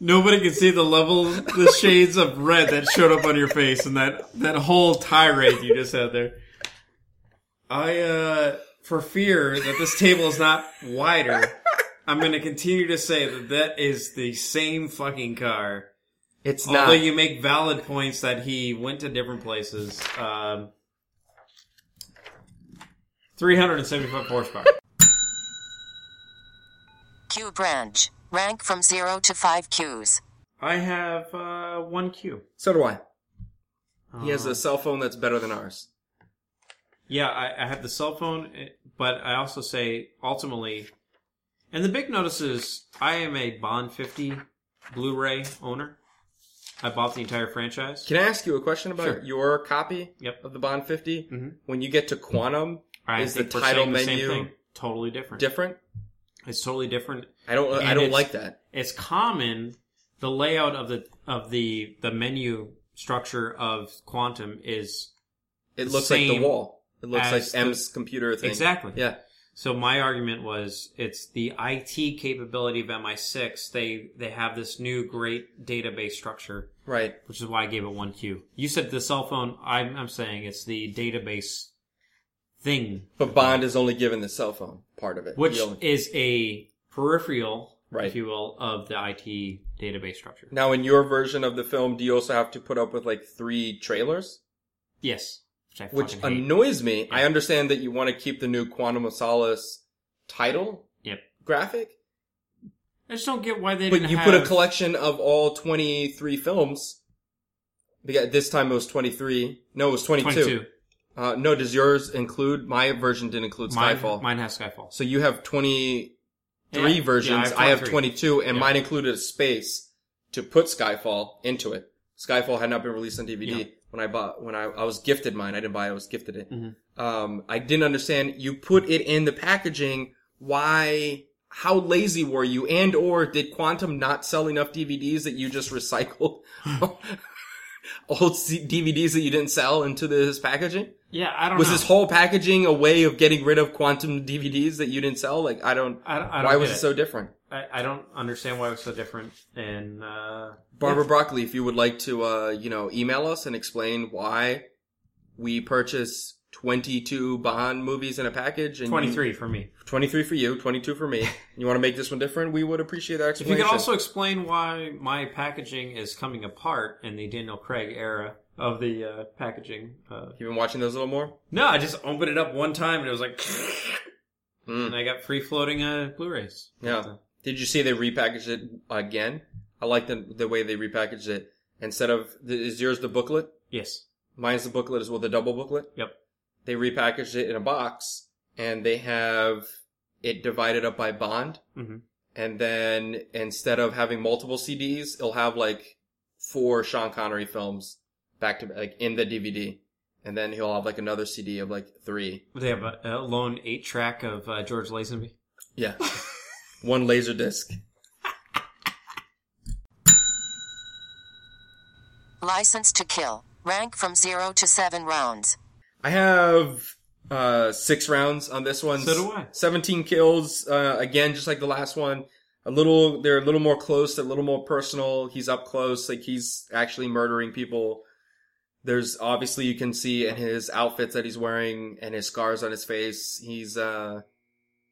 [SPEAKER 1] Nobody can see the level, the shades of red that showed up on your face and that, that whole tirade you just had there. I, uh, for fear that this table is not
[SPEAKER 2] (laughs)
[SPEAKER 1] wider, I'm going to continue to say that that is the same fucking car.
[SPEAKER 2] It's
[SPEAKER 1] Although
[SPEAKER 2] not.
[SPEAKER 1] you make valid points that he went to different places. Um, 375 horsepower.
[SPEAKER 8] Q branch. Rank from 0 to 5 Qs.
[SPEAKER 1] I have uh, one Q.
[SPEAKER 2] So do I. He has a cell phone that's better than ours.
[SPEAKER 1] Yeah, I, I have the cell phone, eh, but I also say ultimately, and the big notice is I am a Bond 50 Blu ray owner. I bought the entire franchise.
[SPEAKER 2] Can I ask you a question about
[SPEAKER 1] Sure.
[SPEAKER 2] your copy
[SPEAKER 1] Yep.
[SPEAKER 2] of the Bond 50?
[SPEAKER 1] Mhm.
[SPEAKER 2] When you get to Quantum,
[SPEAKER 1] I
[SPEAKER 2] is the
[SPEAKER 1] think we're
[SPEAKER 2] title
[SPEAKER 1] saying
[SPEAKER 2] menu
[SPEAKER 1] Totally different.
[SPEAKER 2] different?
[SPEAKER 1] it's totally different.
[SPEAKER 2] I don't.
[SPEAKER 1] And
[SPEAKER 2] I don't
[SPEAKER 1] it's-
[SPEAKER 2] like that.
[SPEAKER 1] it's common the layout of the of the the menu structure of quantum is
[SPEAKER 2] It looks like the
[SPEAKER 1] same
[SPEAKER 2] wall. It looks like
[SPEAKER 1] as the-
[SPEAKER 2] M's computer thing.
[SPEAKER 1] Exactly.
[SPEAKER 2] Yeah.
[SPEAKER 1] so my argument was it's the IT capability of MI6 they they have this new great database structure
[SPEAKER 2] Right.
[SPEAKER 1] which is why I gave it 1Q you said the cell phone I'm I'm saying it's the database thing
[SPEAKER 2] But Bond is only given the cell phone part of it.
[SPEAKER 1] which
[SPEAKER 2] He only-
[SPEAKER 1] is a peripheral
[SPEAKER 2] Right.
[SPEAKER 1] if you will of the IT database structure
[SPEAKER 2] now, in your version of the film, do you also have to put up with like three trailers?
[SPEAKER 1] yes which, I
[SPEAKER 2] Which
[SPEAKER 1] fucking hate.
[SPEAKER 2] annoys me. I understand that you want to keep the new Quantum of Solace title
[SPEAKER 1] yep
[SPEAKER 2] graphic,
[SPEAKER 1] I just don't get why they
[SPEAKER 2] But
[SPEAKER 1] didn't
[SPEAKER 2] you
[SPEAKER 1] have
[SPEAKER 2] put a collection of all 23 films. Because this time it was 23. No, it was 22.
[SPEAKER 1] 22.
[SPEAKER 2] Uh, no, does yours include? My version didn't include
[SPEAKER 1] Mine,
[SPEAKER 2] Skyfall.
[SPEAKER 1] mine has Skyfall.
[SPEAKER 2] So you have 23
[SPEAKER 1] Yeah, yeah,
[SPEAKER 2] versions. I have
[SPEAKER 1] 23.
[SPEAKER 2] 22, and
[SPEAKER 1] Yeah.
[SPEAKER 2] mine included a space to put Skyfall into it. Skyfall had not been released on DVD
[SPEAKER 1] Yeah.
[SPEAKER 2] when I bought, when I, I was gifted mine. I didn't buy it, I was gifted it.
[SPEAKER 1] Mm-hmm.
[SPEAKER 2] Um, I didn't understand. You put it in the packaging. Why? How lazy were you? And or did Quantum not sell enough DVDs that you just
[SPEAKER 1] (laughs)
[SPEAKER 2] recycled (laughs) old C- DVDs that you didn't sell into this packaging?
[SPEAKER 1] Yeah, I don't
[SPEAKER 2] Was
[SPEAKER 1] know.
[SPEAKER 2] this whole packaging a way of getting rid of Quantum DVDs that you didn't sell? Like I don't.
[SPEAKER 1] I don't- I don't
[SPEAKER 2] why
[SPEAKER 1] get
[SPEAKER 2] was it
[SPEAKER 1] it.
[SPEAKER 2] so different?
[SPEAKER 1] I, I don't understand why it was so different. And uh,
[SPEAKER 2] Barbara Broccoli, if you would like to, uh, you know, email us and explain why we purchase 22 Bond movies in a package and you-
[SPEAKER 1] twenty-three for me.
[SPEAKER 2] 23 for you, 22
[SPEAKER 1] (laughs)
[SPEAKER 2] for me. You want to make this one different? We would appreciate that
[SPEAKER 1] If you
[SPEAKER 2] explanation.
[SPEAKER 1] could also explain why my packaging is coming apart in the Daniel Craig era of the uh, packaging. Uh,
[SPEAKER 2] You've been watching those a little more?
[SPEAKER 1] no, I just opened it up one time and it was like, and I got free floating uh, Blu-rays.
[SPEAKER 2] Yeah. Did you see they repackaged it again? I like the, the way they repackaged it. Instead of, is yours the booklet?
[SPEAKER 1] Yes.
[SPEAKER 2] Mine's the booklet as well, the double booklet.
[SPEAKER 1] Yep.
[SPEAKER 2] They repackaged it in a box and they have it divided up by Bond.
[SPEAKER 1] hmm
[SPEAKER 2] and then instead of having multiple CDs, it'll have like four Sean Connery films back to like in the DVD, and then he'll have like another CD of like three.
[SPEAKER 1] They have a, a lone eight-track of uh, George Lazenby.
[SPEAKER 2] Yeah, one laser disc.
[SPEAKER 8] License to kill. Rank from 0 to 7 rounds.
[SPEAKER 2] I have uh six rounds on this one.
[SPEAKER 1] So do I.
[SPEAKER 2] Seventeen kills. Uh, again, just like the last one. A little, they're a little more close, a little more personal. He's up close, like he's actually murdering people. There's obviously you can see in his outfits that he's wearing and his scars on his face. He's uh,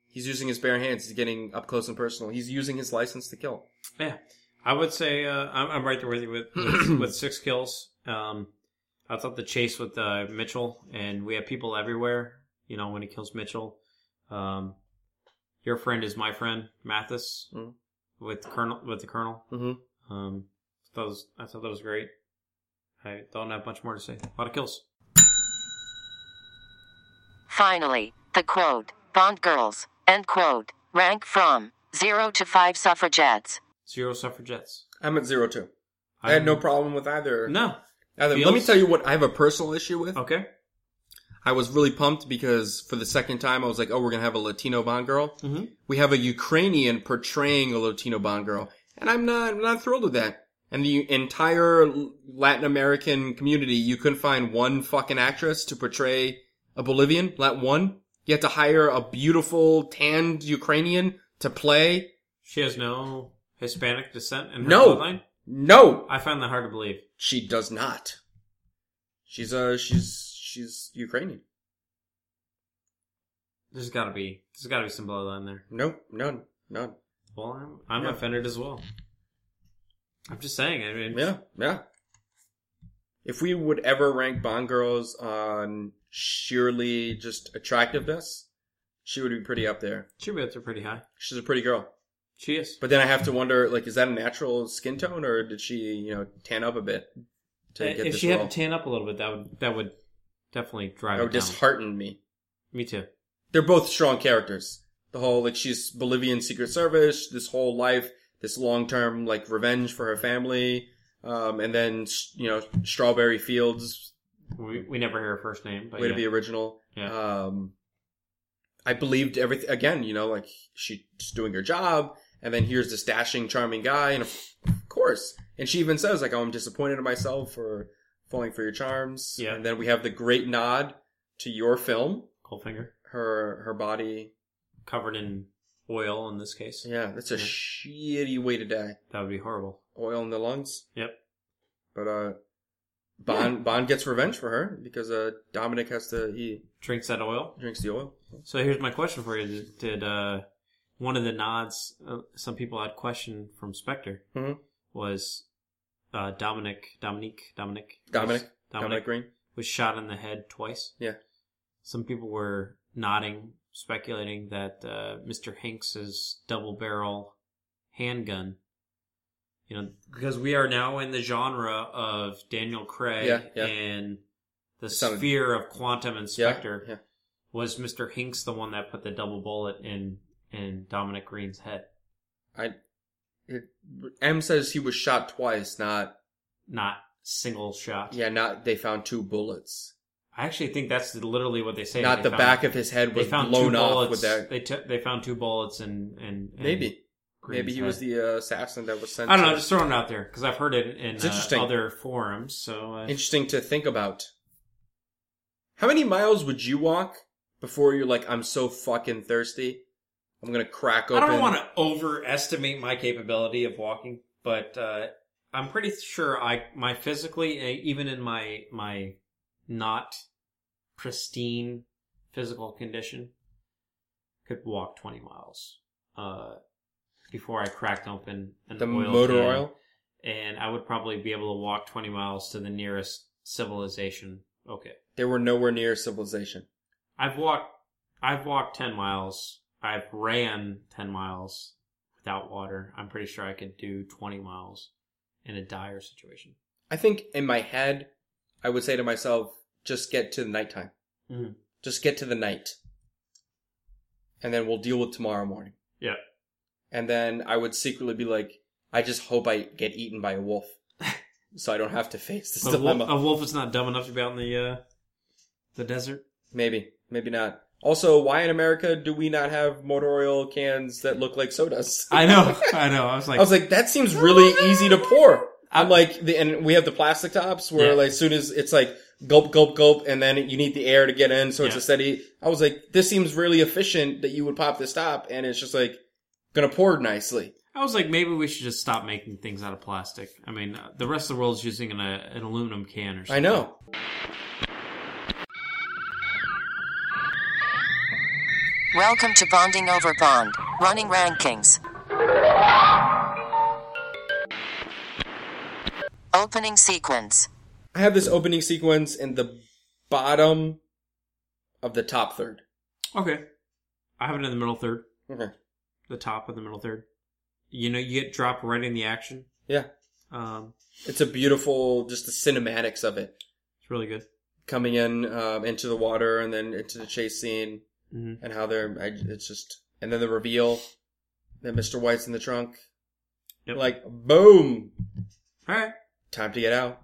[SPEAKER 2] he's using his bare hands. He's getting up close and personal. He's using his license to kill.
[SPEAKER 1] Yeah, I would say uh, I'm, I'm right there with you with
[SPEAKER 2] (clears throat)
[SPEAKER 1] with, with six kills. Um, I thought the chase with uh, Mitchell, and we have people everywhere. You know, when he kills Mitchell, um, your friend is my friend Mathis
[SPEAKER 2] Mhm.
[SPEAKER 1] with Colonel with the Colonel.
[SPEAKER 2] Mm-hmm.
[SPEAKER 1] Um, that was I thought that was great. I don't have much more to say. A lot of kills.
[SPEAKER 8] Finally, the quote. Bond girls. End quote. Rank from 0 to 5 suffragettes.
[SPEAKER 1] Zero suffragettes.
[SPEAKER 2] I'm at zero two. I had
[SPEAKER 1] I'm-
[SPEAKER 2] no problem with either.
[SPEAKER 1] No,
[SPEAKER 2] Now then,
[SPEAKER 1] Feels-
[SPEAKER 2] let me tell you what I have a personal issue with.
[SPEAKER 1] Okay.
[SPEAKER 2] I was really pumped because for the second time I was like, oh, we're going to have a Latino Bond girl.
[SPEAKER 1] Mhm.
[SPEAKER 2] We have a Ukrainian portraying a Latino Bond girl. And I'm not, I'm not thrilled with that. And the entire Latin American community, you couldn't find one fucking actress to portray a Bolivian, let one. You had to hire a beautiful tanned Ukrainian to play.
[SPEAKER 1] She has no Hispanic descent in her
[SPEAKER 2] No.
[SPEAKER 1] bloodline.
[SPEAKER 2] No,
[SPEAKER 1] I find that hard to believe.
[SPEAKER 2] she does not. She's, uh, she's, she's Ukrainian.
[SPEAKER 1] There's got to be there's got to be some bloodline there.
[SPEAKER 2] No, none, none.
[SPEAKER 1] Well, I'm I'm
[SPEAKER 2] Yeah.
[SPEAKER 1] offended as well. I'm just saying. I mean,
[SPEAKER 2] Yeah, yeah. If we would ever rank Bond girls on sheerly just attractiveness, she would be pretty up there.
[SPEAKER 1] she rates are pretty high. Uh,
[SPEAKER 2] She's a pretty girl.
[SPEAKER 1] She is.
[SPEAKER 2] But then I have to wonder, like, is that a natural skin tone, or did she, you know, tan up a bit to get
[SPEAKER 1] Eh, if
[SPEAKER 2] this
[SPEAKER 1] she had
[SPEAKER 2] role?
[SPEAKER 1] to tan up a little bit, that would that would definitely drive
[SPEAKER 2] That
[SPEAKER 1] it
[SPEAKER 2] would
[SPEAKER 1] down.
[SPEAKER 2] dishearten me.
[SPEAKER 1] Me too.
[SPEAKER 2] They're both strong characters. The whole like she's Bolivian Secret Service, this whole life, this long term like revenge for her family, um, and then you know Strawberry Fields
[SPEAKER 1] We, we never hear her first name, but
[SPEAKER 2] way
[SPEAKER 1] yeah.
[SPEAKER 2] to be original.
[SPEAKER 1] Yeah.
[SPEAKER 2] Um, I believed everything again. You know, like she's doing her job, and then here's this dashing, charming guy, and of course, and she even says like, "Oh, I'm disappointed in myself for falling for your charms."
[SPEAKER 1] Yeah.
[SPEAKER 2] And then we have the great nod to your film,
[SPEAKER 1] Goldfinger
[SPEAKER 2] her her body.
[SPEAKER 1] covered in oil in this case.
[SPEAKER 2] Yeah, that's a
[SPEAKER 1] Yeah.
[SPEAKER 2] shitty way to die.
[SPEAKER 1] That would be horrible.
[SPEAKER 2] Oil in the lungs,
[SPEAKER 1] Yep.
[SPEAKER 2] but uh. Bond Bond gets revenge for her because uh, Dominic has to he
[SPEAKER 1] Drinks that oil.
[SPEAKER 2] drinks the oil.
[SPEAKER 1] So here's my question for you: Did, did uh, one of the nods uh, some people had question from Spectre
[SPEAKER 2] Mhm.
[SPEAKER 1] was uh, Dominic Dominique Dominic
[SPEAKER 2] Dominic,
[SPEAKER 1] was,
[SPEAKER 2] Dominic
[SPEAKER 1] Dominic
[SPEAKER 2] Green.
[SPEAKER 1] was shot in the head twice.
[SPEAKER 2] Yeah.
[SPEAKER 1] Some people were nodding, speculating that uh, Mr. Hanks's double barrel handgun. You know, because we are now in the genre of Daniel Craig
[SPEAKER 2] Yeah, yeah.
[SPEAKER 1] and the
[SPEAKER 2] Sounded-
[SPEAKER 1] sphere of quantum and specter.
[SPEAKER 2] Yeah, yeah.
[SPEAKER 1] Was Mr. Hinks the one that put the double bullet in in Dominic Green's head?
[SPEAKER 2] I it, M says he was shot twice, not
[SPEAKER 1] Not single shot.
[SPEAKER 2] yeah, not they found two bullets.
[SPEAKER 1] I actually think that's literally what they say.
[SPEAKER 2] not
[SPEAKER 1] They
[SPEAKER 2] the
[SPEAKER 1] found-
[SPEAKER 2] back of his head
[SPEAKER 1] they
[SPEAKER 2] was
[SPEAKER 1] found
[SPEAKER 2] blown
[SPEAKER 1] two
[SPEAKER 2] off
[SPEAKER 1] bullets.
[SPEAKER 2] with that.
[SPEAKER 1] They took. They found two bullets and and, and
[SPEAKER 2] Maybe.
[SPEAKER 1] Green's
[SPEAKER 2] Maybe he
[SPEAKER 1] head.
[SPEAKER 2] was the uh, assassin that was sent.
[SPEAKER 1] Mm, I don't know.
[SPEAKER 2] to-
[SPEAKER 1] Just throwing it out there because I've heard it in
[SPEAKER 2] It's
[SPEAKER 1] uh,
[SPEAKER 2] interesting.
[SPEAKER 1] other forums. So uh,
[SPEAKER 2] Interesting to think about. How many miles would you walk before you're like, I'm so fucking thirsty, I'm gonna crack
[SPEAKER 1] I
[SPEAKER 2] open?
[SPEAKER 1] don't want to overestimate my capability of walking, but uh, I'm pretty sure I my physically uh, even in my my not pristine physical condition could walk 20 miles uh, before I cracked open an
[SPEAKER 2] the
[SPEAKER 1] oil
[SPEAKER 2] motor
[SPEAKER 1] can.
[SPEAKER 2] oil.
[SPEAKER 1] and I would probably be able to walk 20 miles to the nearest civilization. Okay.
[SPEAKER 2] They were nowhere near civilization.
[SPEAKER 1] I've walked I've walked 10 miles. I've ran 10 miles without water. I'm pretty sure I could do 20 miles in a dire situation.
[SPEAKER 2] I think in my head, I would say to myself, just get to the nighttime.
[SPEAKER 1] Mhm.
[SPEAKER 2] Just get to the night. And then we'll deal with tomorrow morning.
[SPEAKER 1] Yeah.
[SPEAKER 2] And then I would secretly be like, I just hope I get eaten by a wolf. so I don't have to face this
[SPEAKER 1] A wolf,
[SPEAKER 2] dilemma.
[SPEAKER 1] a wolf is not dumb enough to be out in the uh, the desert.
[SPEAKER 2] Maybe. Maybe not. Also, why in America do we not have motor oil cans that look like sodas?
[SPEAKER 1] (laughs) I know. I know. I was like
[SPEAKER 2] (laughs) I was like, that seems really easy to pour. I'm like, the, and we have the plastic tops where
[SPEAKER 1] Yeah.
[SPEAKER 2] like as soon as it's like gulp, gulp, gulp, and then you need the air to get in, so it's
[SPEAKER 1] Yeah.
[SPEAKER 2] a steady. I was like, this seems really efficient that you would pop this top, and it's just like gonna pour nicely.
[SPEAKER 1] I was like maybe we should just stop making things out of plastic. I mean, uh, the rest of the world's using an, uh, an aluminum can or something.
[SPEAKER 2] I know.
[SPEAKER 8] Welcome to Bonding Over Bond, Running Rankings. Opening sequence.
[SPEAKER 2] I have this opening sequence in the bottom of the top third.
[SPEAKER 1] Okay. I have it in the middle third.
[SPEAKER 2] Okay.
[SPEAKER 1] the top of the middle third. You know, you get dropped right in the action.
[SPEAKER 2] Yeah,
[SPEAKER 1] Um,
[SPEAKER 2] it's a beautiful, just the cinematics of it
[SPEAKER 1] it's really good.
[SPEAKER 2] coming in um, into the water and then into the chase scene.
[SPEAKER 1] Mm-hmm.
[SPEAKER 2] and how they're I, it's just and then the reveal that Mr. White's in the trunk.
[SPEAKER 1] Yep.
[SPEAKER 2] Like boom,
[SPEAKER 1] All right.
[SPEAKER 2] time to get out.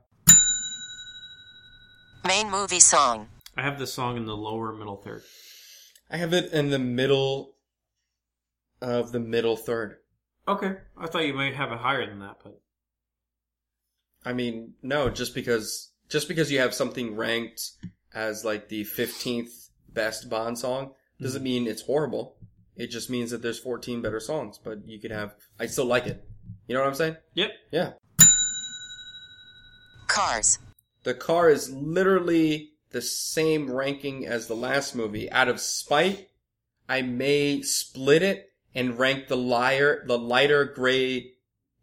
[SPEAKER 8] Main movie song.
[SPEAKER 1] I have this song in the lower middle third.
[SPEAKER 2] I have it in the middle of the middle third.
[SPEAKER 1] Okay, I thought you might have it higher than that, but
[SPEAKER 2] I mean, no, just because just because you have something ranked as like the fifteenth best Bond song doesn't mean it's horrible. It just means that there's fourteen better songs, but you could have. I still like it. You know what I'm saying?
[SPEAKER 1] yep.
[SPEAKER 2] Yeah.
[SPEAKER 8] Cars.
[SPEAKER 2] The car is literally the same ranking as the last movie. Out of spite, I may split it and rank the liar, the lighter gray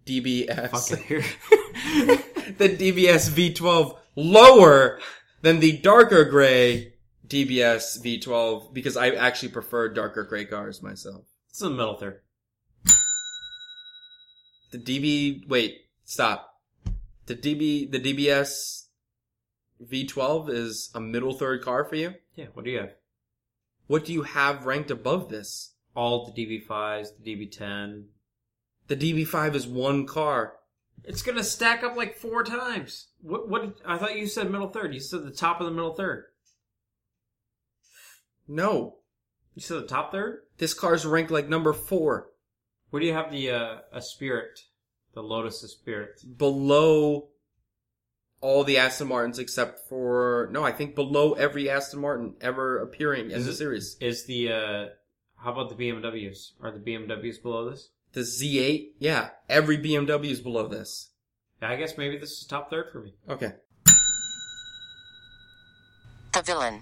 [SPEAKER 2] DBS.
[SPEAKER 1] Fuck it here. (laughs)
[SPEAKER 2] the DBS V12 lower than the darker gray DBS V12 because I actually prefer darker gray cars myself.
[SPEAKER 1] it's in the middle third.
[SPEAKER 2] The DB, wait, stop. The DB, the DBS V12 is a middle third car for you.
[SPEAKER 1] Yeah. What do you have?
[SPEAKER 2] What do you have ranked above this?
[SPEAKER 1] All the DB5s, the DB10.
[SPEAKER 2] The DB5 is one car.
[SPEAKER 1] It's gonna stack up like four times. What? What? I thought you said middle third. You said the top of the middle third.
[SPEAKER 2] No,
[SPEAKER 1] You said the top third.
[SPEAKER 2] this car's ranked like number four
[SPEAKER 1] Where do you have the uh, a spirit? The Lotus of Spirit.
[SPEAKER 2] below all the Aston Martins except for, no, I think below every Aston Martin ever appearing in
[SPEAKER 1] Is
[SPEAKER 2] the
[SPEAKER 1] it-
[SPEAKER 2] series.
[SPEAKER 1] Is the uh, how about the BMWs? Are the BMWs below this?
[SPEAKER 2] The Z8, yeah, every BMW is below this.
[SPEAKER 1] I guess maybe this is top third for me.
[SPEAKER 2] Okay.
[SPEAKER 8] The villain.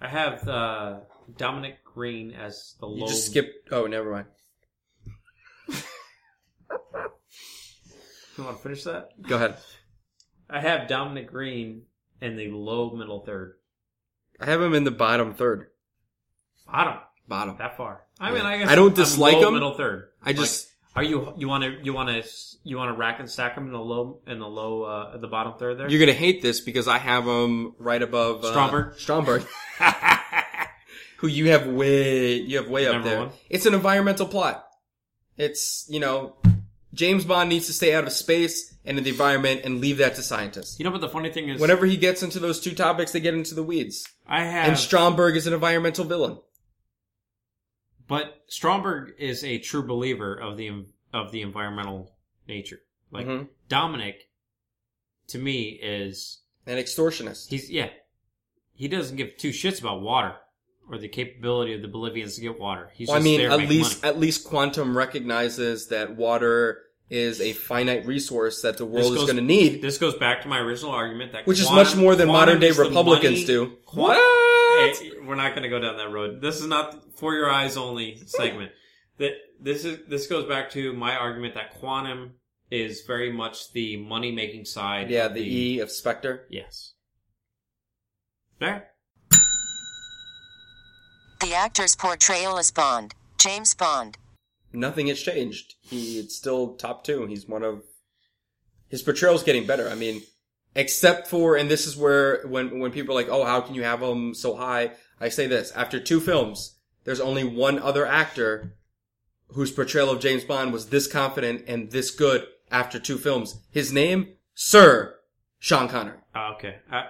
[SPEAKER 1] I have uh, Dominic Green as the
[SPEAKER 2] You
[SPEAKER 1] low.
[SPEAKER 2] just skipped, oh, never mind.
[SPEAKER 1] You want to finish that?
[SPEAKER 2] Go ahead.
[SPEAKER 1] I have Dominic Green in the low middle third.
[SPEAKER 2] I have him in the bottom third.
[SPEAKER 1] Bottom,
[SPEAKER 2] Bottom.
[SPEAKER 1] that far. I mean, I guess
[SPEAKER 2] I don't
[SPEAKER 1] I'm
[SPEAKER 2] dislike
[SPEAKER 1] low
[SPEAKER 2] him.
[SPEAKER 1] Middle third.
[SPEAKER 2] I just-
[SPEAKER 1] Like, are you you want to you want to you want to rack and stack him in the low in the low uh, at the bottom third there?
[SPEAKER 2] You're gonna hate this because I have him right above uh,
[SPEAKER 1] Stromberg?
[SPEAKER 2] Stromberg, (laughs) who you have way you have way up
[SPEAKER 1] Number
[SPEAKER 2] there.
[SPEAKER 1] one.
[SPEAKER 2] It's an environmental plot. It's you know James Bond needs to stay out of space and in the environment and leave that to scientists.
[SPEAKER 1] you know, but the funny thing is,
[SPEAKER 2] Whenever he gets into those two topics, they get into the weeds.
[SPEAKER 1] I have,
[SPEAKER 2] And Stromberg is an environmental villain.
[SPEAKER 1] but Stromberg is a true believer of the of the environmental nature. Like
[SPEAKER 2] Mhm.
[SPEAKER 1] Dominic, to me is
[SPEAKER 2] An extortionist.
[SPEAKER 1] He's yeah. He doesn't give two shits about water or the capability of the Bolivians to get water. He's
[SPEAKER 2] Well, I
[SPEAKER 1] just
[SPEAKER 2] mean,
[SPEAKER 1] there
[SPEAKER 2] at
[SPEAKER 1] making
[SPEAKER 2] least
[SPEAKER 1] money.
[SPEAKER 2] at least Quantum recognizes that water is a finite resource that the world
[SPEAKER 1] This
[SPEAKER 2] is
[SPEAKER 1] goes-
[SPEAKER 2] going to need.
[SPEAKER 1] This goes back to my original argument that
[SPEAKER 2] Which is
[SPEAKER 1] quantum-
[SPEAKER 2] much more than
[SPEAKER 1] quantum
[SPEAKER 2] modern-day
[SPEAKER 1] is the
[SPEAKER 2] Republicans
[SPEAKER 1] money-
[SPEAKER 2] do.
[SPEAKER 1] quan-
[SPEAKER 2] What?
[SPEAKER 1] Hey, we're not going to go down that road. This is not for your eyes only segment. That this is this goes back to my argument that quantum is very much the money making side.
[SPEAKER 2] Yeah,
[SPEAKER 1] of
[SPEAKER 2] the E of Spectre.
[SPEAKER 1] yes. There.
[SPEAKER 8] The actor's portrayal as Bond. James Bond.
[SPEAKER 2] Nothing has changed. He it's still top two. He's one of his portrayal's getting better. I mean, except for and this is where when when people are like, oh, how can you have him so high? I say this after two films, there's only one other actor whose portrayal of James Bond was this confident and this good after two films. His name, Sir Sean Connery.
[SPEAKER 1] Ah, okay. I,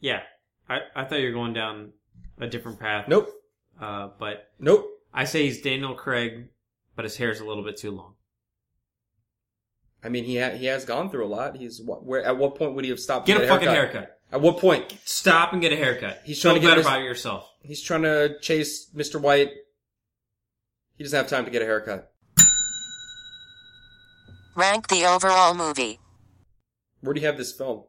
[SPEAKER 1] yeah. I, I thought you were going down a different path.
[SPEAKER 2] Nope,
[SPEAKER 1] Uh, but
[SPEAKER 2] nope.
[SPEAKER 1] I say he's Daniel Craig, but his hair's a little bit too long.
[SPEAKER 2] I mean, he ha- he has gone through a lot. He's what, where at what point would he have stopped? to
[SPEAKER 1] Get a fucking haircut.
[SPEAKER 2] At what point?
[SPEAKER 1] Stop and get a haircut.
[SPEAKER 2] He's
[SPEAKER 1] Feel
[SPEAKER 2] trying to get
[SPEAKER 1] better
[SPEAKER 2] his-
[SPEAKER 1] about yourself.
[SPEAKER 2] He's trying to chase Mr. White. He doesn't have time to get a haircut.
[SPEAKER 8] Rank the overall movie.
[SPEAKER 2] Where do you have this film?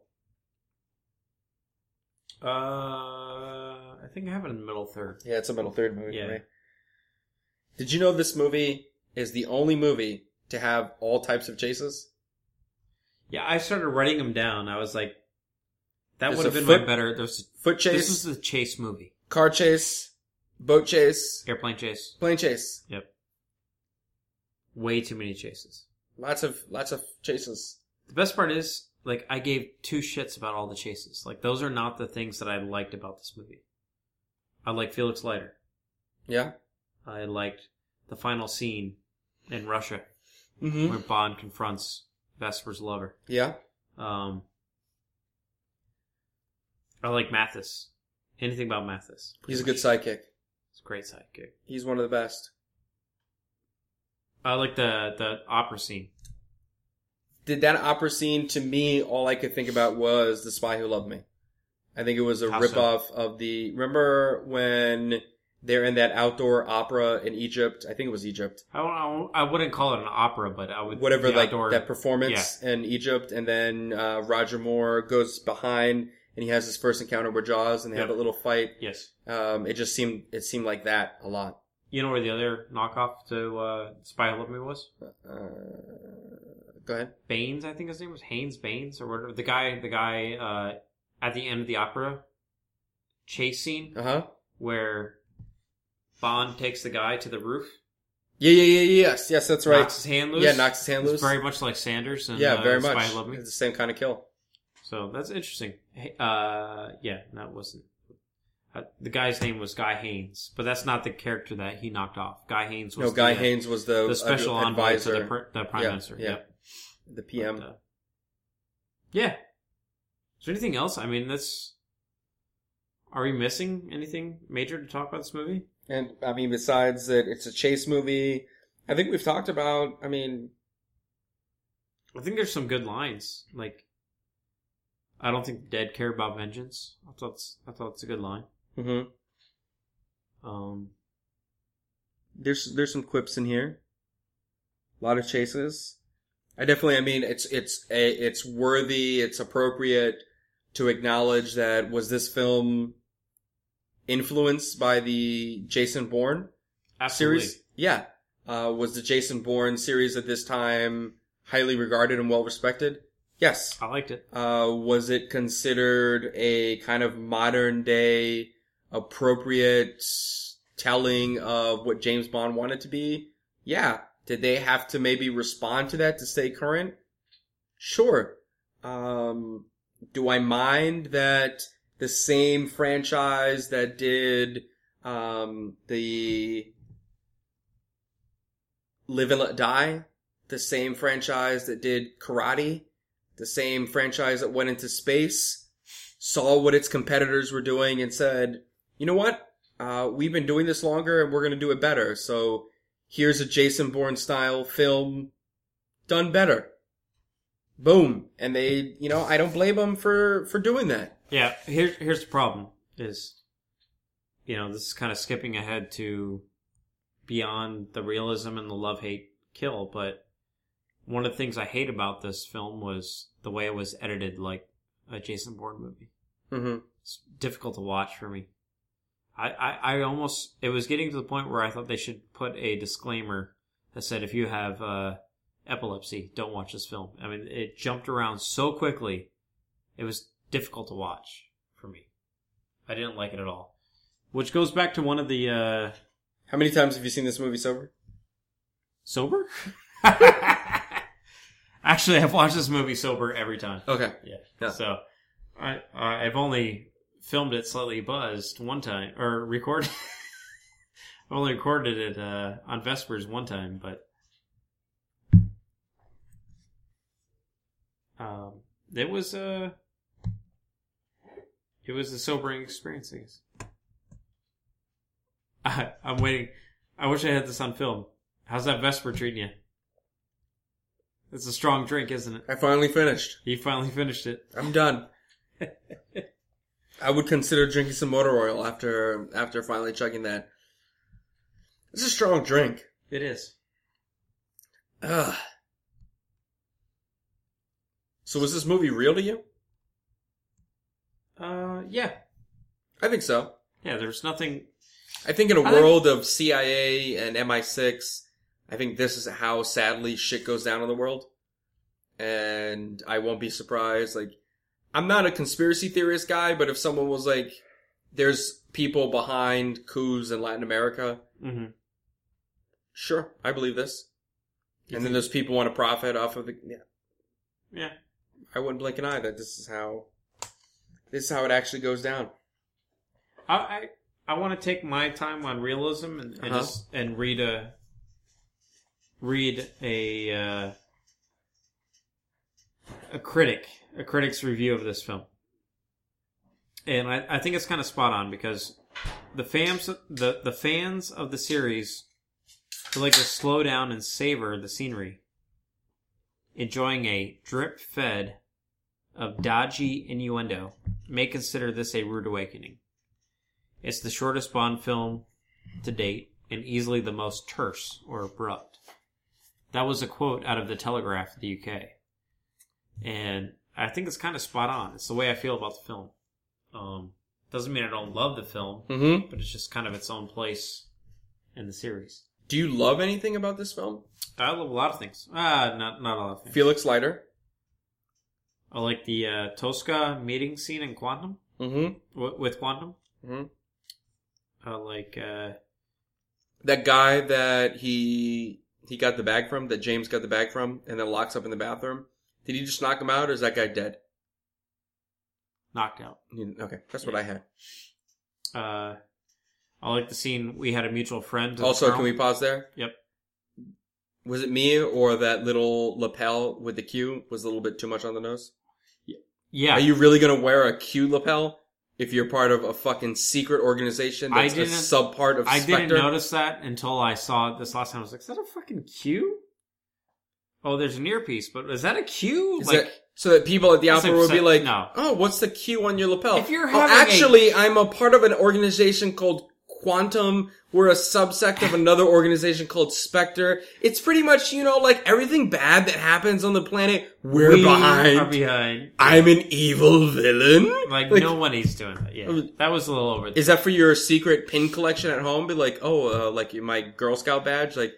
[SPEAKER 1] Uh, I think I have it in the middle third.
[SPEAKER 2] Yeah, it's a middle third movie
[SPEAKER 1] Yeah.
[SPEAKER 2] for me. Did you know this movie is the only movie to have all types of chases?
[SPEAKER 1] Yeah, I started writing them down. I was like, that
[SPEAKER 2] There's
[SPEAKER 1] would have
[SPEAKER 2] a
[SPEAKER 1] been my
[SPEAKER 2] foot-
[SPEAKER 1] better. There's
[SPEAKER 2] Foot chase,
[SPEAKER 1] this is the chase movie,
[SPEAKER 2] car chase, boat chase,
[SPEAKER 1] airplane chase.
[SPEAKER 2] plane chase.
[SPEAKER 1] Yep. Way too many chases.
[SPEAKER 2] Lots of lots of chases.
[SPEAKER 1] The best part is, like, I gave two shits about all the chases. Like, those are not the things that I liked about this movie. I like Felix Leiter.
[SPEAKER 2] Yeah.
[SPEAKER 1] I liked the final scene in Russia
[SPEAKER 2] Mm-hmm.
[SPEAKER 1] where Bond confronts Vesper's lover.
[SPEAKER 2] Yeah.
[SPEAKER 1] Um, I like Mathis. Anything about Mathis.
[SPEAKER 2] He's a good sidekick.
[SPEAKER 1] It's a great sidekick.
[SPEAKER 2] He's one of the best.
[SPEAKER 1] I like the the opera scene.
[SPEAKER 2] Did that opera scene to me? All I could think about was the Spy Who Loved Me. I think it was a
[SPEAKER 1] How so?
[SPEAKER 2] ripoff of the. Remember when they're in that outdoor opera in Egypt? I think it was Egypt.
[SPEAKER 1] I don't, I wouldn't call it an opera, but I would
[SPEAKER 2] Whatever,
[SPEAKER 1] the
[SPEAKER 2] like
[SPEAKER 1] outdoor-
[SPEAKER 2] that performance in Egypt, and then uh, Roger Moore goes behind and he has his first encounter with Jaws, and they have
[SPEAKER 1] Yep.
[SPEAKER 2] a little fight.
[SPEAKER 1] Yes.
[SPEAKER 2] Um, it just seemed it seemed like that a lot.
[SPEAKER 1] You know where the other knockoff to uh, Spy Who Loved Me was?
[SPEAKER 2] Uh, go ahead.
[SPEAKER 1] Baines, I think his name was Haynes Baines or whatever. The guy, the guy uh, at the end of the opera chase scene
[SPEAKER 2] Uh huh.
[SPEAKER 1] where Bond takes the guy to the roof,
[SPEAKER 2] Yeah, yeah, yeah, yeah, yes, yes, that's right.
[SPEAKER 1] knocks his hand loose.
[SPEAKER 2] Yeah, knocks his hand
[SPEAKER 1] It's
[SPEAKER 2] loose.
[SPEAKER 1] Very much like Sanders and
[SPEAKER 2] yeah,
[SPEAKER 1] uh,
[SPEAKER 2] very much.
[SPEAKER 1] Spy Who Loved Me.
[SPEAKER 2] It's the same kind of kill.
[SPEAKER 1] So that's interesting. Hey, Uh, yeah, that wasn't. Uh, the guy's name was Guy Haynes, but that's not the character that he knocked off. Guy Haynes was
[SPEAKER 2] no, Guy
[SPEAKER 1] the, uh,
[SPEAKER 2] Haynes was the,
[SPEAKER 1] the special
[SPEAKER 2] ad-
[SPEAKER 1] envoy to
[SPEAKER 2] advisor,
[SPEAKER 1] the, pr- the prime
[SPEAKER 2] Yeah,
[SPEAKER 1] minister.
[SPEAKER 2] yeah.
[SPEAKER 1] Yep.
[SPEAKER 2] the PM.
[SPEAKER 1] But, uh, yeah. Is there anything else? I mean, that's. Are we missing anything major to talk about this movie?
[SPEAKER 2] and I mean, besides that, it's a chase movie. I think we've talked about. I mean,
[SPEAKER 1] I think there's some good lines. Like, I don't think the dead care about vengeance. I thought it's, I thought it's a good line.
[SPEAKER 2] mhm.
[SPEAKER 1] Um,
[SPEAKER 2] there's there's some quips in here. A lot of chases. I definitely. I mean, it's it's a, it's worthy. It's appropriate to acknowledge that was this film influenced by the Jason Bourne
[SPEAKER 1] absolutely.
[SPEAKER 2] series. Yeah, uh, was the Jason Bourne series at this time highly regarded and well respected? Yes.
[SPEAKER 1] I liked it.
[SPEAKER 2] Uh, was it considered a kind of modern day appropriate telling of what James Bond wanted to be? Yeah. Did they have to maybe respond to that to stay current? Sure. Um, do I mind that the same franchise that did um, the Live and Let Die, the same franchise that did Karate, the same franchise that went into space, saw what its competitors were doing and said, you know what? Uh, we've been doing this longer and we're going to do it better. So here's a Jason Bourne style film done better. Boom. And they, you know, I don't blame them for, for doing that.
[SPEAKER 1] Yeah, here's here's the problem is, you know, this is kind of skipping ahead to beyond the realism and the love hate kill. But one of the things I hate about this film was the way it was edited, like a Jason Bourne movie.
[SPEAKER 2] Mm-hmm.
[SPEAKER 1] It's difficult to watch for me. I, I, I almost it was getting to the point where I thought they should put a disclaimer that said if you have uh, epilepsy, don't watch this film. I mean, it jumped around so quickly, it was difficult to watch for me. I didn't like it at all. Which goes back to one of the uh,
[SPEAKER 2] How many times have you seen this movie sober?
[SPEAKER 1] sober. (laughs) Actually, I've watched this movie sober every time.
[SPEAKER 2] Okay.
[SPEAKER 1] Yeah.
[SPEAKER 2] Yeah.
[SPEAKER 1] So I I- I've only filmed it slightly buzzed one time or recorded. (laughs) I've only recorded it uh, on Vespers one time, but um, it was uh, it was a sobering experience. I guess. (laughs) I, I'm waiting. I wish I had this on film. How's that Vesper treating you? It's a strong drink, isn't it?
[SPEAKER 2] I finally finished.
[SPEAKER 1] He finally finished it.
[SPEAKER 2] I'm done. I would consider drinking some motor oil after after finally chugging that. It's a strong drink.
[SPEAKER 1] It is.
[SPEAKER 2] Ugh. So was this movie real to you?
[SPEAKER 1] Uh, yeah,
[SPEAKER 2] I think so.
[SPEAKER 1] yeah. There's nothing.
[SPEAKER 2] I think in a
[SPEAKER 1] I think-
[SPEAKER 2] world of CIA and MI6, I think this is how sadly shit goes down in the world. And I won't be surprised. Like, I'm not a conspiracy theorist guy, but if someone was like, there's people behind coups in Latin America,
[SPEAKER 1] Mm-hmm.
[SPEAKER 2] sure, I believe this. And then those people want to profit off of the. Yeah,
[SPEAKER 1] Yeah,
[SPEAKER 2] I wouldn't blink an eye that this is how. This is how it actually goes down.
[SPEAKER 1] I I, I want to take my time on realism and, and
[SPEAKER 2] Uh-huh.
[SPEAKER 1] just and read a read a uh, a critic a critic's review of this film. and I, I think it's kind of spot on because the fans the the fans of the series who like to slow down and savor the scenery, enjoying a drip fed of dodgy innuendo, may consider this a rude awakening. It's the shortest Bond film to date and easily the most terse or abrupt. That was a quote out of the Telegraph, the UK, and I think it's kind of spot on. It's the way I feel about the film. Um, doesn't mean I don't love the film,
[SPEAKER 2] Mm-hmm.
[SPEAKER 1] but it's just kind of its own place in the series.
[SPEAKER 2] Do you love anything about this film?
[SPEAKER 1] I love a lot of things. Ah, not not a lot of things.
[SPEAKER 2] Felix Leiter.
[SPEAKER 1] I like the uh, Tosca meeting scene in Quantum
[SPEAKER 2] Mm-hmm.
[SPEAKER 1] w- with Quantum.
[SPEAKER 2] Mm-hmm.
[SPEAKER 1] I like uh,
[SPEAKER 2] That guy that he he got the bag from, that James got the bag from, and then locks up in the bathroom. Did he just knock him out, or is that guy dead?
[SPEAKER 1] knocked out.
[SPEAKER 2] You- Okay, that's what I had.
[SPEAKER 1] Uh, I like the scene we had a mutual friend. to the
[SPEAKER 2] Also, can
[SPEAKER 1] colonel.
[SPEAKER 2] we pause there?
[SPEAKER 1] Yep.
[SPEAKER 2] Was it me or that little lapel with the Q was a little bit too much on the nose?
[SPEAKER 1] Yeah,
[SPEAKER 2] Are you really gonna wear a Q lapel if you're part of a fucking secret organization
[SPEAKER 1] I
[SPEAKER 2] that's a
[SPEAKER 1] didn't-
[SPEAKER 2] subpart of
[SPEAKER 1] I
[SPEAKER 2] Spectre?
[SPEAKER 1] didn't notice that until I saw it this last time. I was like, "Is that a fucking Q?" Oh, there's an earpiece, but is that a Q?
[SPEAKER 2] Is
[SPEAKER 1] like,
[SPEAKER 2] that- so that people at the
[SPEAKER 1] That's
[SPEAKER 2] opera would be
[SPEAKER 1] upset-
[SPEAKER 2] like,
[SPEAKER 1] no.
[SPEAKER 2] "Oh, what's the Q on your lapel?"
[SPEAKER 1] If you're
[SPEAKER 2] "Oh,
[SPEAKER 1] having a-
[SPEAKER 2] actually, i I'm a part of an organization called Quantum. We're a subsect of another (laughs) organization called Spectre. It's pretty much, you know, like everything bad that happens on the planet, we're
[SPEAKER 1] we
[SPEAKER 2] behind.
[SPEAKER 1] Are behind.
[SPEAKER 2] I'm an evil villain.
[SPEAKER 1] Like, no one is doing that. Yeah, that was a little over.
[SPEAKER 2] Is that for your secret pin collection at home? Be like, oh, uh, like my Girl Scout badge. Like,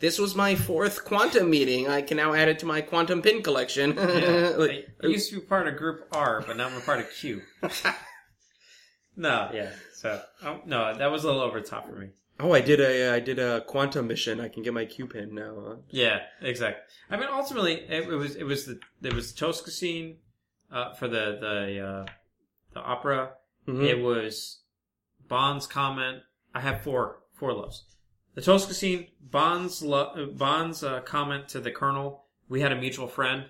[SPEAKER 2] this was my fourth quantum meeting. I can now add it to my quantum pin collection. (laughs)
[SPEAKER 1] Yeah.
[SPEAKER 2] Uh, like,
[SPEAKER 1] I used to be part of Group R, but now I'm a part of Q. no, yeah. So um, no, that was a little over the top for me.
[SPEAKER 2] oh, I did a, I did a quantum mission. I can get my Q pin now. Huh?
[SPEAKER 1] Yeah, exactly. I mean, ultimately, it, it was it was the it was the Tosca scene uh, for the the uh, the opera.
[SPEAKER 2] Mhm.
[SPEAKER 1] It was Bond's comment. I have four four loves. The Tosca scene, Bond's lo- uh, Bond's uh, comment to the Colonel. We had a mutual friend,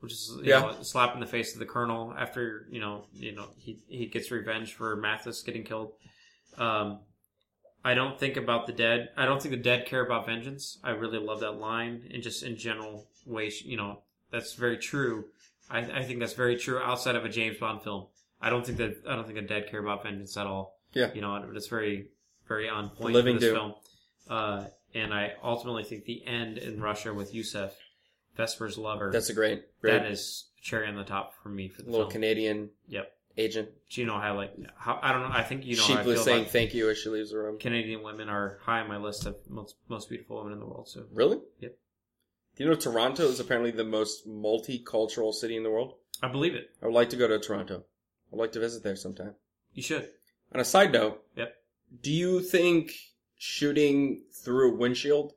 [SPEAKER 1] which is you
[SPEAKER 2] Yeah.
[SPEAKER 1] know, a slap in the face of the Colonel after you know you know he he gets revenge for Mathis getting killed. Um, I don't think about the dead. I don't think the dead care about vengeance. I really love that line, and just in general way, you know, that's very true. I, I think that's very true outside of a James Bond film. I don't think that I don't think the dead care about vengeance at all.
[SPEAKER 2] Yeah.
[SPEAKER 1] you know, and it's very, very on point
[SPEAKER 2] living
[SPEAKER 1] for this
[SPEAKER 2] do.
[SPEAKER 1] film. Uh, and I ultimately think the end in Russia with Yusef, Vesper's lover,
[SPEAKER 2] That's a great, great
[SPEAKER 1] that is cherry on the top for me for the
[SPEAKER 2] little
[SPEAKER 1] film.
[SPEAKER 2] Canadian
[SPEAKER 1] Yep,
[SPEAKER 2] agent
[SPEAKER 1] Gino highlight. How, I don't know. I think you know. how I
[SPEAKER 2] sheeply
[SPEAKER 1] feel
[SPEAKER 2] saying
[SPEAKER 1] about
[SPEAKER 2] thank you as she leaves the room.
[SPEAKER 1] Canadian women are high on my list of most, most beautiful women in the world. So
[SPEAKER 2] Really?
[SPEAKER 1] Yep.
[SPEAKER 2] Do you know Toronto is apparently the most multicultural city in the world?
[SPEAKER 1] I believe it.
[SPEAKER 2] I would like to go to Toronto. I'd like to visit there sometime.
[SPEAKER 1] You should.
[SPEAKER 2] On a side note,
[SPEAKER 1] Yep.
[SPEAKER 2] do you think shooting through a windshield?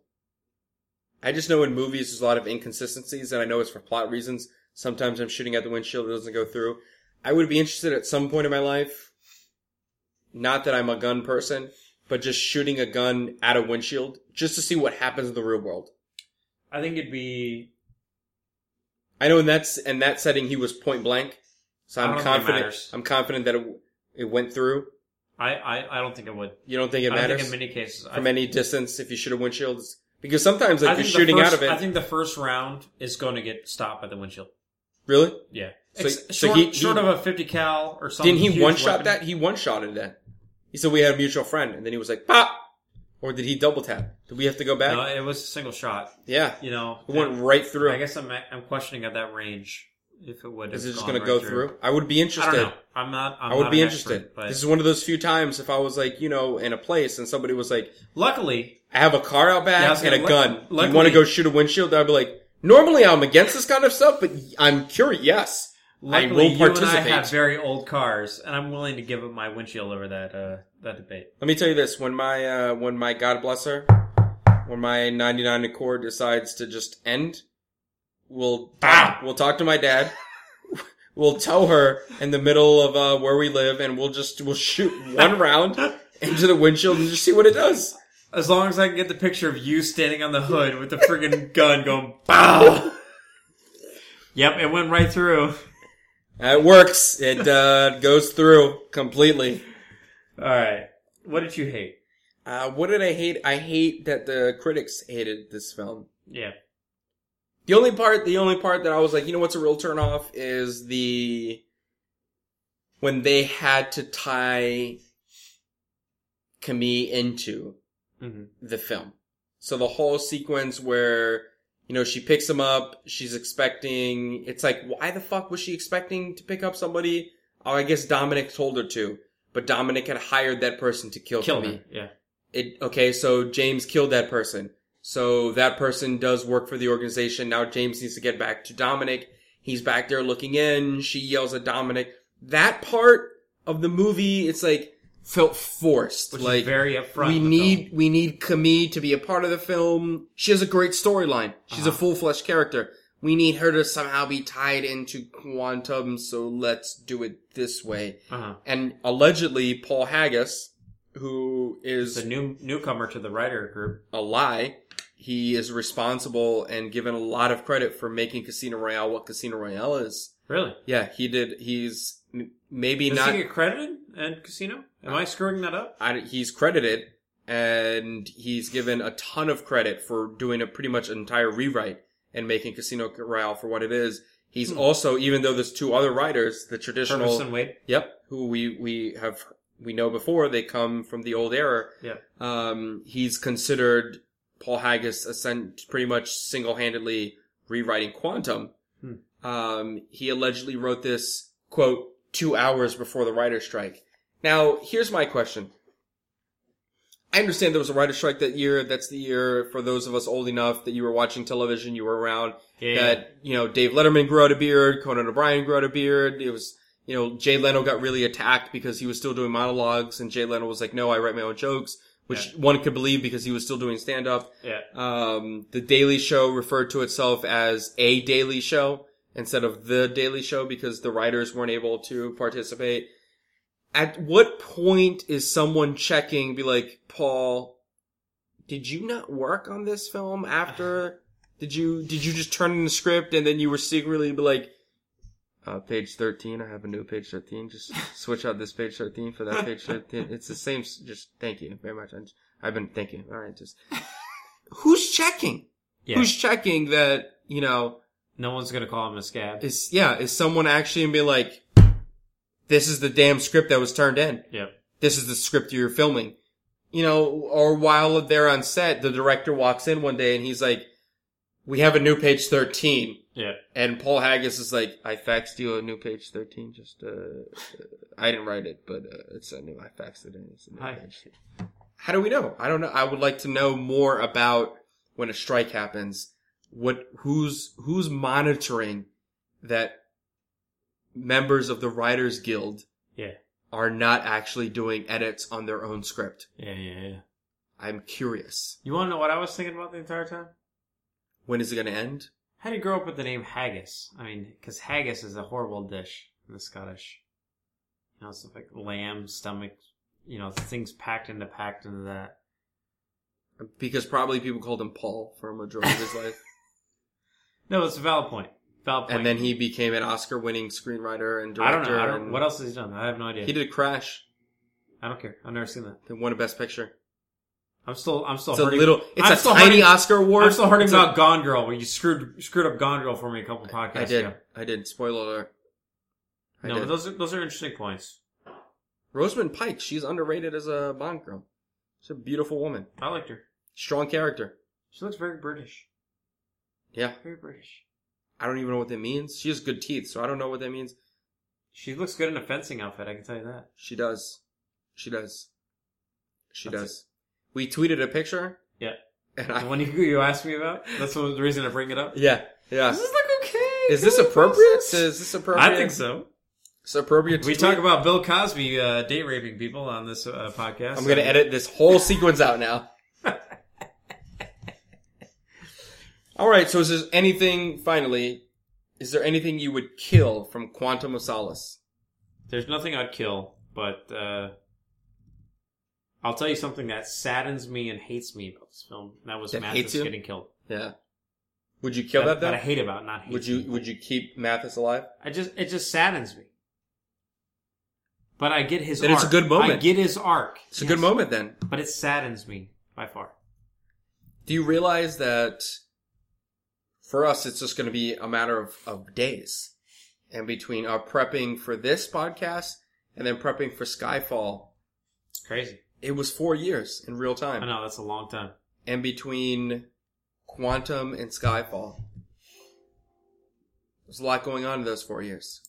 [SPEAKER 2] I just know in movies there's a lot of inconsistencies, and I know it's for plot reasons. Sometimes I'm shooting at the windshield, it doesn't go through. I would be interested at some point in my life, not that I'm a gun person, but just shooting a gun at a windshield just to see what happens in the real world.
[SPEAKER 1] I think it'd be.
[SPEAKER 2] I know in that's in that setting he was point blank, so
[SPEAKER 1] I
[SPEAKER 2] I'm
[SPEAKER 1] don't think it
[SPEAKER 2] confident.
[SPEAKER 1] matters.
[SPEAKER 2] I'm confident that it, it went through.
[SPEAKER 1] I, I, I don't think it would.
[SPEAKER 2] You don't think it
[SPEAKER 1] I don't
[SPEAKER 2] matters?
[SPEAKER 1] think in many cases. I
[SPEAKER 2] from
[SPEAKER 1] think-
[SPEAKER 2] any distance if you shoot a windshield it's- because sometimes like
[SPEAKER 1] I
[SPEAKER 2] you're
[SPEAKER 1] think the
[SPEAKER 2] shooting
[SPEAKER 1] first-
[SPEAKER 2] out of it
[SPEAKER 1] I think the first round is going to get stopped by the windshield.
[SPEAKER 2] really
[SPEAKER 1] Yeah.
[SPEAKER 2] So-
[SPEAKER 1] Ex-
[SPEAKER 2] so
[SPEAKER 1] short,
[SPEAKER 2] he-
[SPEAKER 1] short
[SPEAKER 2] he-
[SPEAKER 1] of a 50 cal or something.
[SPEAKER 2] didn't he one shot that he one shotted that he said we had a mutual friend and then he was like pop or did he double tap did we have to go back
[SPEAKER 1] No, it was a single shot.
[SPEAKER 2] yeah
[SPEAKER 1] You know,
[SPEAKER 2] it went right through
[SPEAKER 1] I guess I'm, I'm questioning at that range if it would.
[SPEAKER 2] is
[SPEAKER 1] have
[SPEAKER 2] it just
[SPEAKER 1] gone
[SPEAKER 2] gonna
[SPEAKER 1] right
[SPEAKER 2] go through. I would be
[SPEAKER 1] I
[SPEAKER 2] interested
[SPEAKER 1] don't know. I'm not. I'm
[SPEAKER 2] I would
[SPEAKER 1] not
[SPEAKER 2] be
[SPEAKER 1] an expert,
[SPEAKER 2] interested
[SPEAKER 1] but
[SPEAKER 2] this is one of those few times if I was like you know in a place and somebody was like
[SPEAKER 1] luckily,
[SPEAKER 2] I have a car out
[SPEAKER 1] Yeah, I
[SPEAKER 2] back
[SPEAKER 1] was
[SPEAKER 2] and a
[SPEAKER 1] gonna-
[SPEAKER 2] gun
[SPEAKER 1] luckily-
[SPEAKER 2] you want to go shoot a windshield I'd be like normally I'm against this kind of stuff but I'm curious yes
[SPEAKER 1] luckily
[SPEAKER 2] I will
[SPEAKER 1] you and I
[SPEAKER 2] participate
[SPEAKER 1] have very old cars, and I'm willing to give up my windshield over that uh, that debate.
[SPEAKER 2] Let me tell you this: when my uh, when my God bless her, when my ninety nine Accord decides to just end, we'll we'll talk to my dad. We'll tow her in the middle of uh, where we live, and we'll just we'll shoot one round into the windshield and just see what it does.
[SPEAKER 1] As long as I can get the picture of you standing on the hood with the friggin' gun going bow. yep, it went right through.
[SPEAKER 2] It works. It uh, goes through completely.
[SPEAKER 1] All right. What did you hate?
[SPEAKER 2] Uh, what did I hate? I hate that the critics hated this film.
[SPEAKER 1] Yeah.
[SPEAKER 2] The only part, the only part that I was like, you know what's a real turnoff is the when they had to tie Camille into
[SPEAKER 1] Mm-hmm.
[SPEAKER 2] the film. So the whole sequence where you know she picks him up, she's expecting. It's like, why the fuck was she expecting to pick up somebody? Oh, I guess Dominic told her to, but Dominic had hired that person to kill,
[SPEAKER 1] Kill
[SPEAKER 2] Camille
[SPEAKER 1] me. Yeah.
[SPEAKER 2] it okay so james killed that person so that person does work for the organization now james needs to get back to dominic he's back there looking in she yells at dominic that part of the movie it's like felt forced
[SPEAKER 1] Which is
[SPEAKER 2] like
[SPEAKER 1] very upfront
[SPEAKER 2] we
[SPEAKER 1] in the
[SPEAKER 2] need we need camille to be a part of the film she has a great storyline she's
[SPEAKER 1] Uh-huh.
[SPEAKER 2] a full-fledged character we need her to somehow be tied into quantum so let's do it this way
[SPEAKER 1] Uh huh.
[SPEAKER 2] and allegedly paul haggis who is
[SPEAKER 1] The new newcomer to the writer group.
[SPEAKER 2] a lie. He is responsible and given a lot of credit for making Casino Royale what Casino Royale is.
[SPEAKER 1] Really?
[SPEAKER 2] Yeah, he did. He's m- maybe
[SPEAKER 1] Does
[SPEAKER 2] not.
[SPEAKER 1] he get credited at Casino? Am I screwing that up?
[SPEAKER 2] I, he's credited, and he's given a ton of credit for doing a pretty much entire rewrite and making Casino Royale for what it is. He's
[SPEAKER 1] Hmm.
[SPEAKER 2] also, even though there's two other writers, the traditional,
[SPEAKER 1] Purvis and Wade.
[SPEAKER 2] yep, who we we have we know before they come from the old era.
[SPEAKER 1] Yeah.
[SPEAKER 2] um, he's considered Paul Haggis ascend, pretty much single-handedly rewriting Quantum. Um, he allegedly wrote this quote two hours before the writer's strike. Now, here's my question. I understand there was a writer's strike that year. That's the year for those of us old enough that you were watching television, you were around.
[SPEAKER 1] Yeah.
[SPEAKER 2] That you know, Dave Letterman grew out a beard, Conan O'Brien grew out a beard. It was you know, Jay Leno got really attacked because he was still doing monologues, and Jay Leno was like, "No, I write my own jokes," which one could believe because he was still doing stand up.
[SPEAKER 1] Yeah.
[SPEAKER 2] Um, the Daily Show referred to itself as a Daily Show instead of the Daily Show because the writers weren't able to participate. At what point is someone checking, be like, Paul, did you not work on this film after? Did you did you just turn in the script and then you were secretly be like, uh, page thirteen? I have a new page thirteen. Just switch out this page thirteen for that page thirteen. It's the same. s- Just thank you very much. I just- I've been thank you. All right, just who's checking?
[SPEAKER 1] Yeah.
[SPEAKER 2] Who's checking that, you know,
[SPEAKER 1] no one's gonna call him a scab.
[SPEAKER 2] is, yeah, is someone actually gonna be like, this is the damn script that was turned in.
[SPEAKER 1] Yeah.
[SPEAKER 2] This is the script you're filming. You know, or while they're on set, the director walks in one day and he's like, we have a new page 13.
[SPEAKER 1] Yeah.
[SPEAKER 2] And Paul Haggis is like, I faxed you a new page 13. Just, uh, uh, I didn't write it, but uh, it's a new, I faxed it in. It's a new
[SPEAKER 1] Hi.
[SPEAKER 2] page. How do we know? I don't know. I would like to know more about when a strike happens. What, who's, who's monitoring that members of the Writers Guild
[SPEAKER 1] Yeah.
[SPEAKER 2] are not actually doing edits on their own script?
[SPEAKER 1] Yeah. Yeah. Yeah.
[SPEAKER 2] I'm curious.
[SPEAKER 1] You want to know what I was thinking about the entire time?
[SPEAKER 2] When is it going to end?
[SPEAKER 1] How do you grow up with the name haggis? I mean, because haggis is a horrible dish in the Scottish. You know, stuff like lamb, stomach, you know, things packed into packed into that.
[SPEAKER 2] Because probably people called him Paul for a majority of his life.
[SPEAKER 1] No, it's a valid point. Valid point.
[SPEAKER 2] and then he became an Oscar-winning screenwriter and
[SPEAKER 1] I
[SPEAKER 2] director.
[SPEAKER 1] don't know. I don't,
[SPEAKER 2] and
[SPEAKER 1] what else has he done? I have no idea.
[SPEAKER 2] He did Crash.
[SPEAKER 1] I don't care. I've never seen that.
[SPEAKER 2] That won a Best Picture.
[SPEAKER 1] I'm still. I'm still.
[SPEAKER 2] It's a
[SPEAKER 1] hurting-
[SPEAKER 2] little. It's
[SPEAKER 1] I'm
[SPEAKER 2] a
[SPEAKER 1] still
[SPEAKER 2] tiny
[SPEAKER 1] hurting-
[SPEAKER 2] Oscar award.
[SPEAKER 1] I'm still hurting
[SPEAKER 2] It's a-
[SPEAKER 1] about Gone Girl, where you screwed screwed up Gone Girl for me a couple podcasts
[SPEAKER 2] I did.
[SPEAKER 1] ago.
[SPEAKER 2] I did. Spoiler alert. I
[SPEAKER 1] no,
[SPEAKER 2] did.
[SPEAKER 1] but those are, those are interesting points.
[SPEAKER 2] Rosamund Pike. She's underrated as a Bond girl. She's a beautiful woman.
[SPEAKER 1] I liked her.
[SPEAKER 2] Strong character.
[SPEAKER 1] She looks very British.
[SPEAKER 2] Yeah.
[SPEAKER 1] Very British.
[SPEAKER 2] I don't even know what that means. She has good teeth, so I don't know what that means.
[SPEAKER 1] She looks good in a fencing outfit. I can tell you that.
[SPEAKER 2] She does. She does. She
[SPEAKER 1] That's
[SPEAKER 2] does. We tweeted a picture,
[SPEAKER 1] Yeah. (laughs)
[SPEAKER 2] and
[SPEAKER 1] The
[SPEAKER 2] I.
[SPEAKER 1] one you, you asked me about. That's the reason I bring it up.
[SPEAKER 2] Yeah. Yeah.
[SPEAKER 1] This is like okay.
[SPEAKER 2] Is this
[SPEAKER 1] cool
[SPEAKER 2] appropriate? Is
[SPEAKER 1] process.
[SPEAKER 2] this appropriate?
[SPEAKER 1] I think so.
[SPEAKER 2] It's appropriate. To
[SPEAKER 1] We
[SPEAKER 2] tweet?
[SPEAKER 1] talk about Bill Cosby uh, date raping people on this uh, podcast.
[SPEAKER 2] I'm gonna edit this whole sequence out now. (laughs) All right. So, is there anything? Finally, is there anything you would kill from Quantum of Solace?
[SPEAKER 1] There's nothing I'd kill, but uh, I'll tell you something that saddens me and hates me about this film. and That was
[SPEAKER 2] That
[SPEAKER 1] Mathis
[SPEAKER 2] hates you?
[SPEAKER 1] getting killed.
[SPEAKER 2] Yeah. Would you kill
[SPEAKER 1] that,
[SPEAKER 2] that,
[SPEAKER 1] that I
[SPEAKER 2] though?
[SPEAKER 1] hate about not hate.
[SPEAKER 2] Would you would you keep Mathis alive?
[SPEAKER 1] I just it just saddens me. But I get his.
[SPEAKER 2] Then
[SPEAKER 1] arc.
[SPEAKER 2] it's a good moment.
[SPEAKER 1] I get his arc.
[SPEAKER 2] It's a good moment then.
[SPEAKER 1] But it saddens me by far.
[SPEAKER 2] Do you realize that for us it's just going to be a matter of, of days and between our prepping for this podcast and then prepping for Skyfall,
[SPEAKER 1] It's crazy.
[SPEAKER 2] it was four years in real
[SPEAKER 1] I
[SPEAKER 2] time.
[SPEAKER 1] know that's a long time.
[SPEAKER 2] And between Quantum and Skyfall, there's a lot going on in those four years.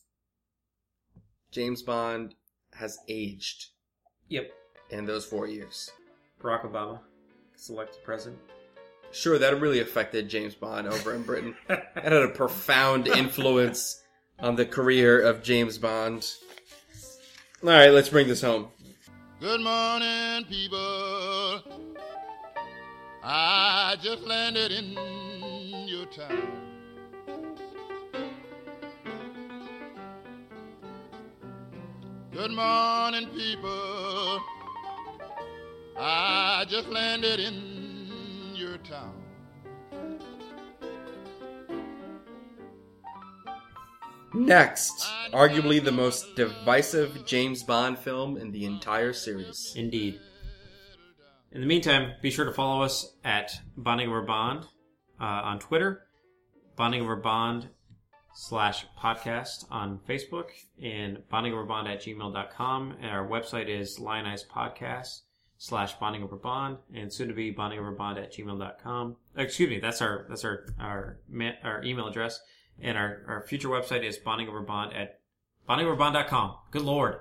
[SPEAKER 2] James Bond has aged
[SPEAKER 1] Yep.
[SPEAKER 2] in those four years.
[SPEAKER 1] Barack Obama, selected president.
[SPEAKER 2] Sure, that really affected James Bond over in Britain. It had a profound influence on the career of James Bond. All right, let's bring this home.
[SPEAKER 9] Good morning, people. I just landed in your town. Good morning, people. I just landed in your town.
[SPEAKER 2] Next, arguably the most divisive James Bond film in the entire series.
[SPEAKER 1] Indeed. In the meantime, be sure to follow us at Bonding Over Bond uh, on Twitter, Bonding Over Bond slash podcast on Facebook, and Bonding Over Bond at gmail.com. And our website is Lion Eyes Podcast slash Bonding Over Bond, and soon to be Bonding Over Bond at gmail.com. Uh, Excuse me, that's our that's our our, ma- our email address. And our, our future website is Bonding Over Bond at bondingoverbond.com. Good lord.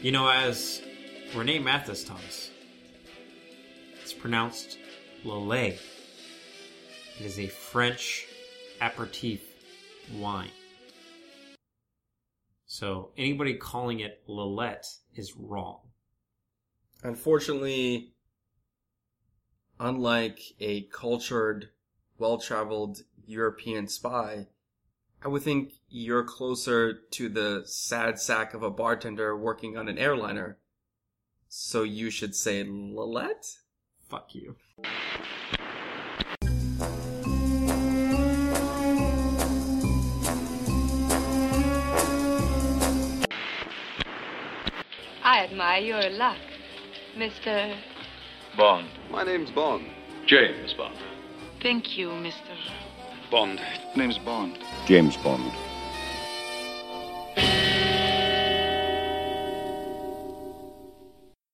[SPEAKER 1] You know, as Renee Mathis taught us, it's pronounced Lillet. It is a French aperitif wine. So anybody calling it Lillet is wrong.
[SPEAKER 2] Unfortunately, unlike a cultured, well traveled European spy, I would think you're closer to the sad sack of a bartender working on an airliner. So you should say Lillette?
[SPEAKER 1] Fuck you.
[SPEAKER 10] I admire your luck, Mr.
[SPEAKER 6] Bond.
[SPEAKER 5] My name's Bond.
[SPEAKER 6] James Bond.
[SPEAKER 10] Thank you, Mr.
[SPEAKER 6] Bond.
[SPEAKER 5] Name's Bond. James Bond.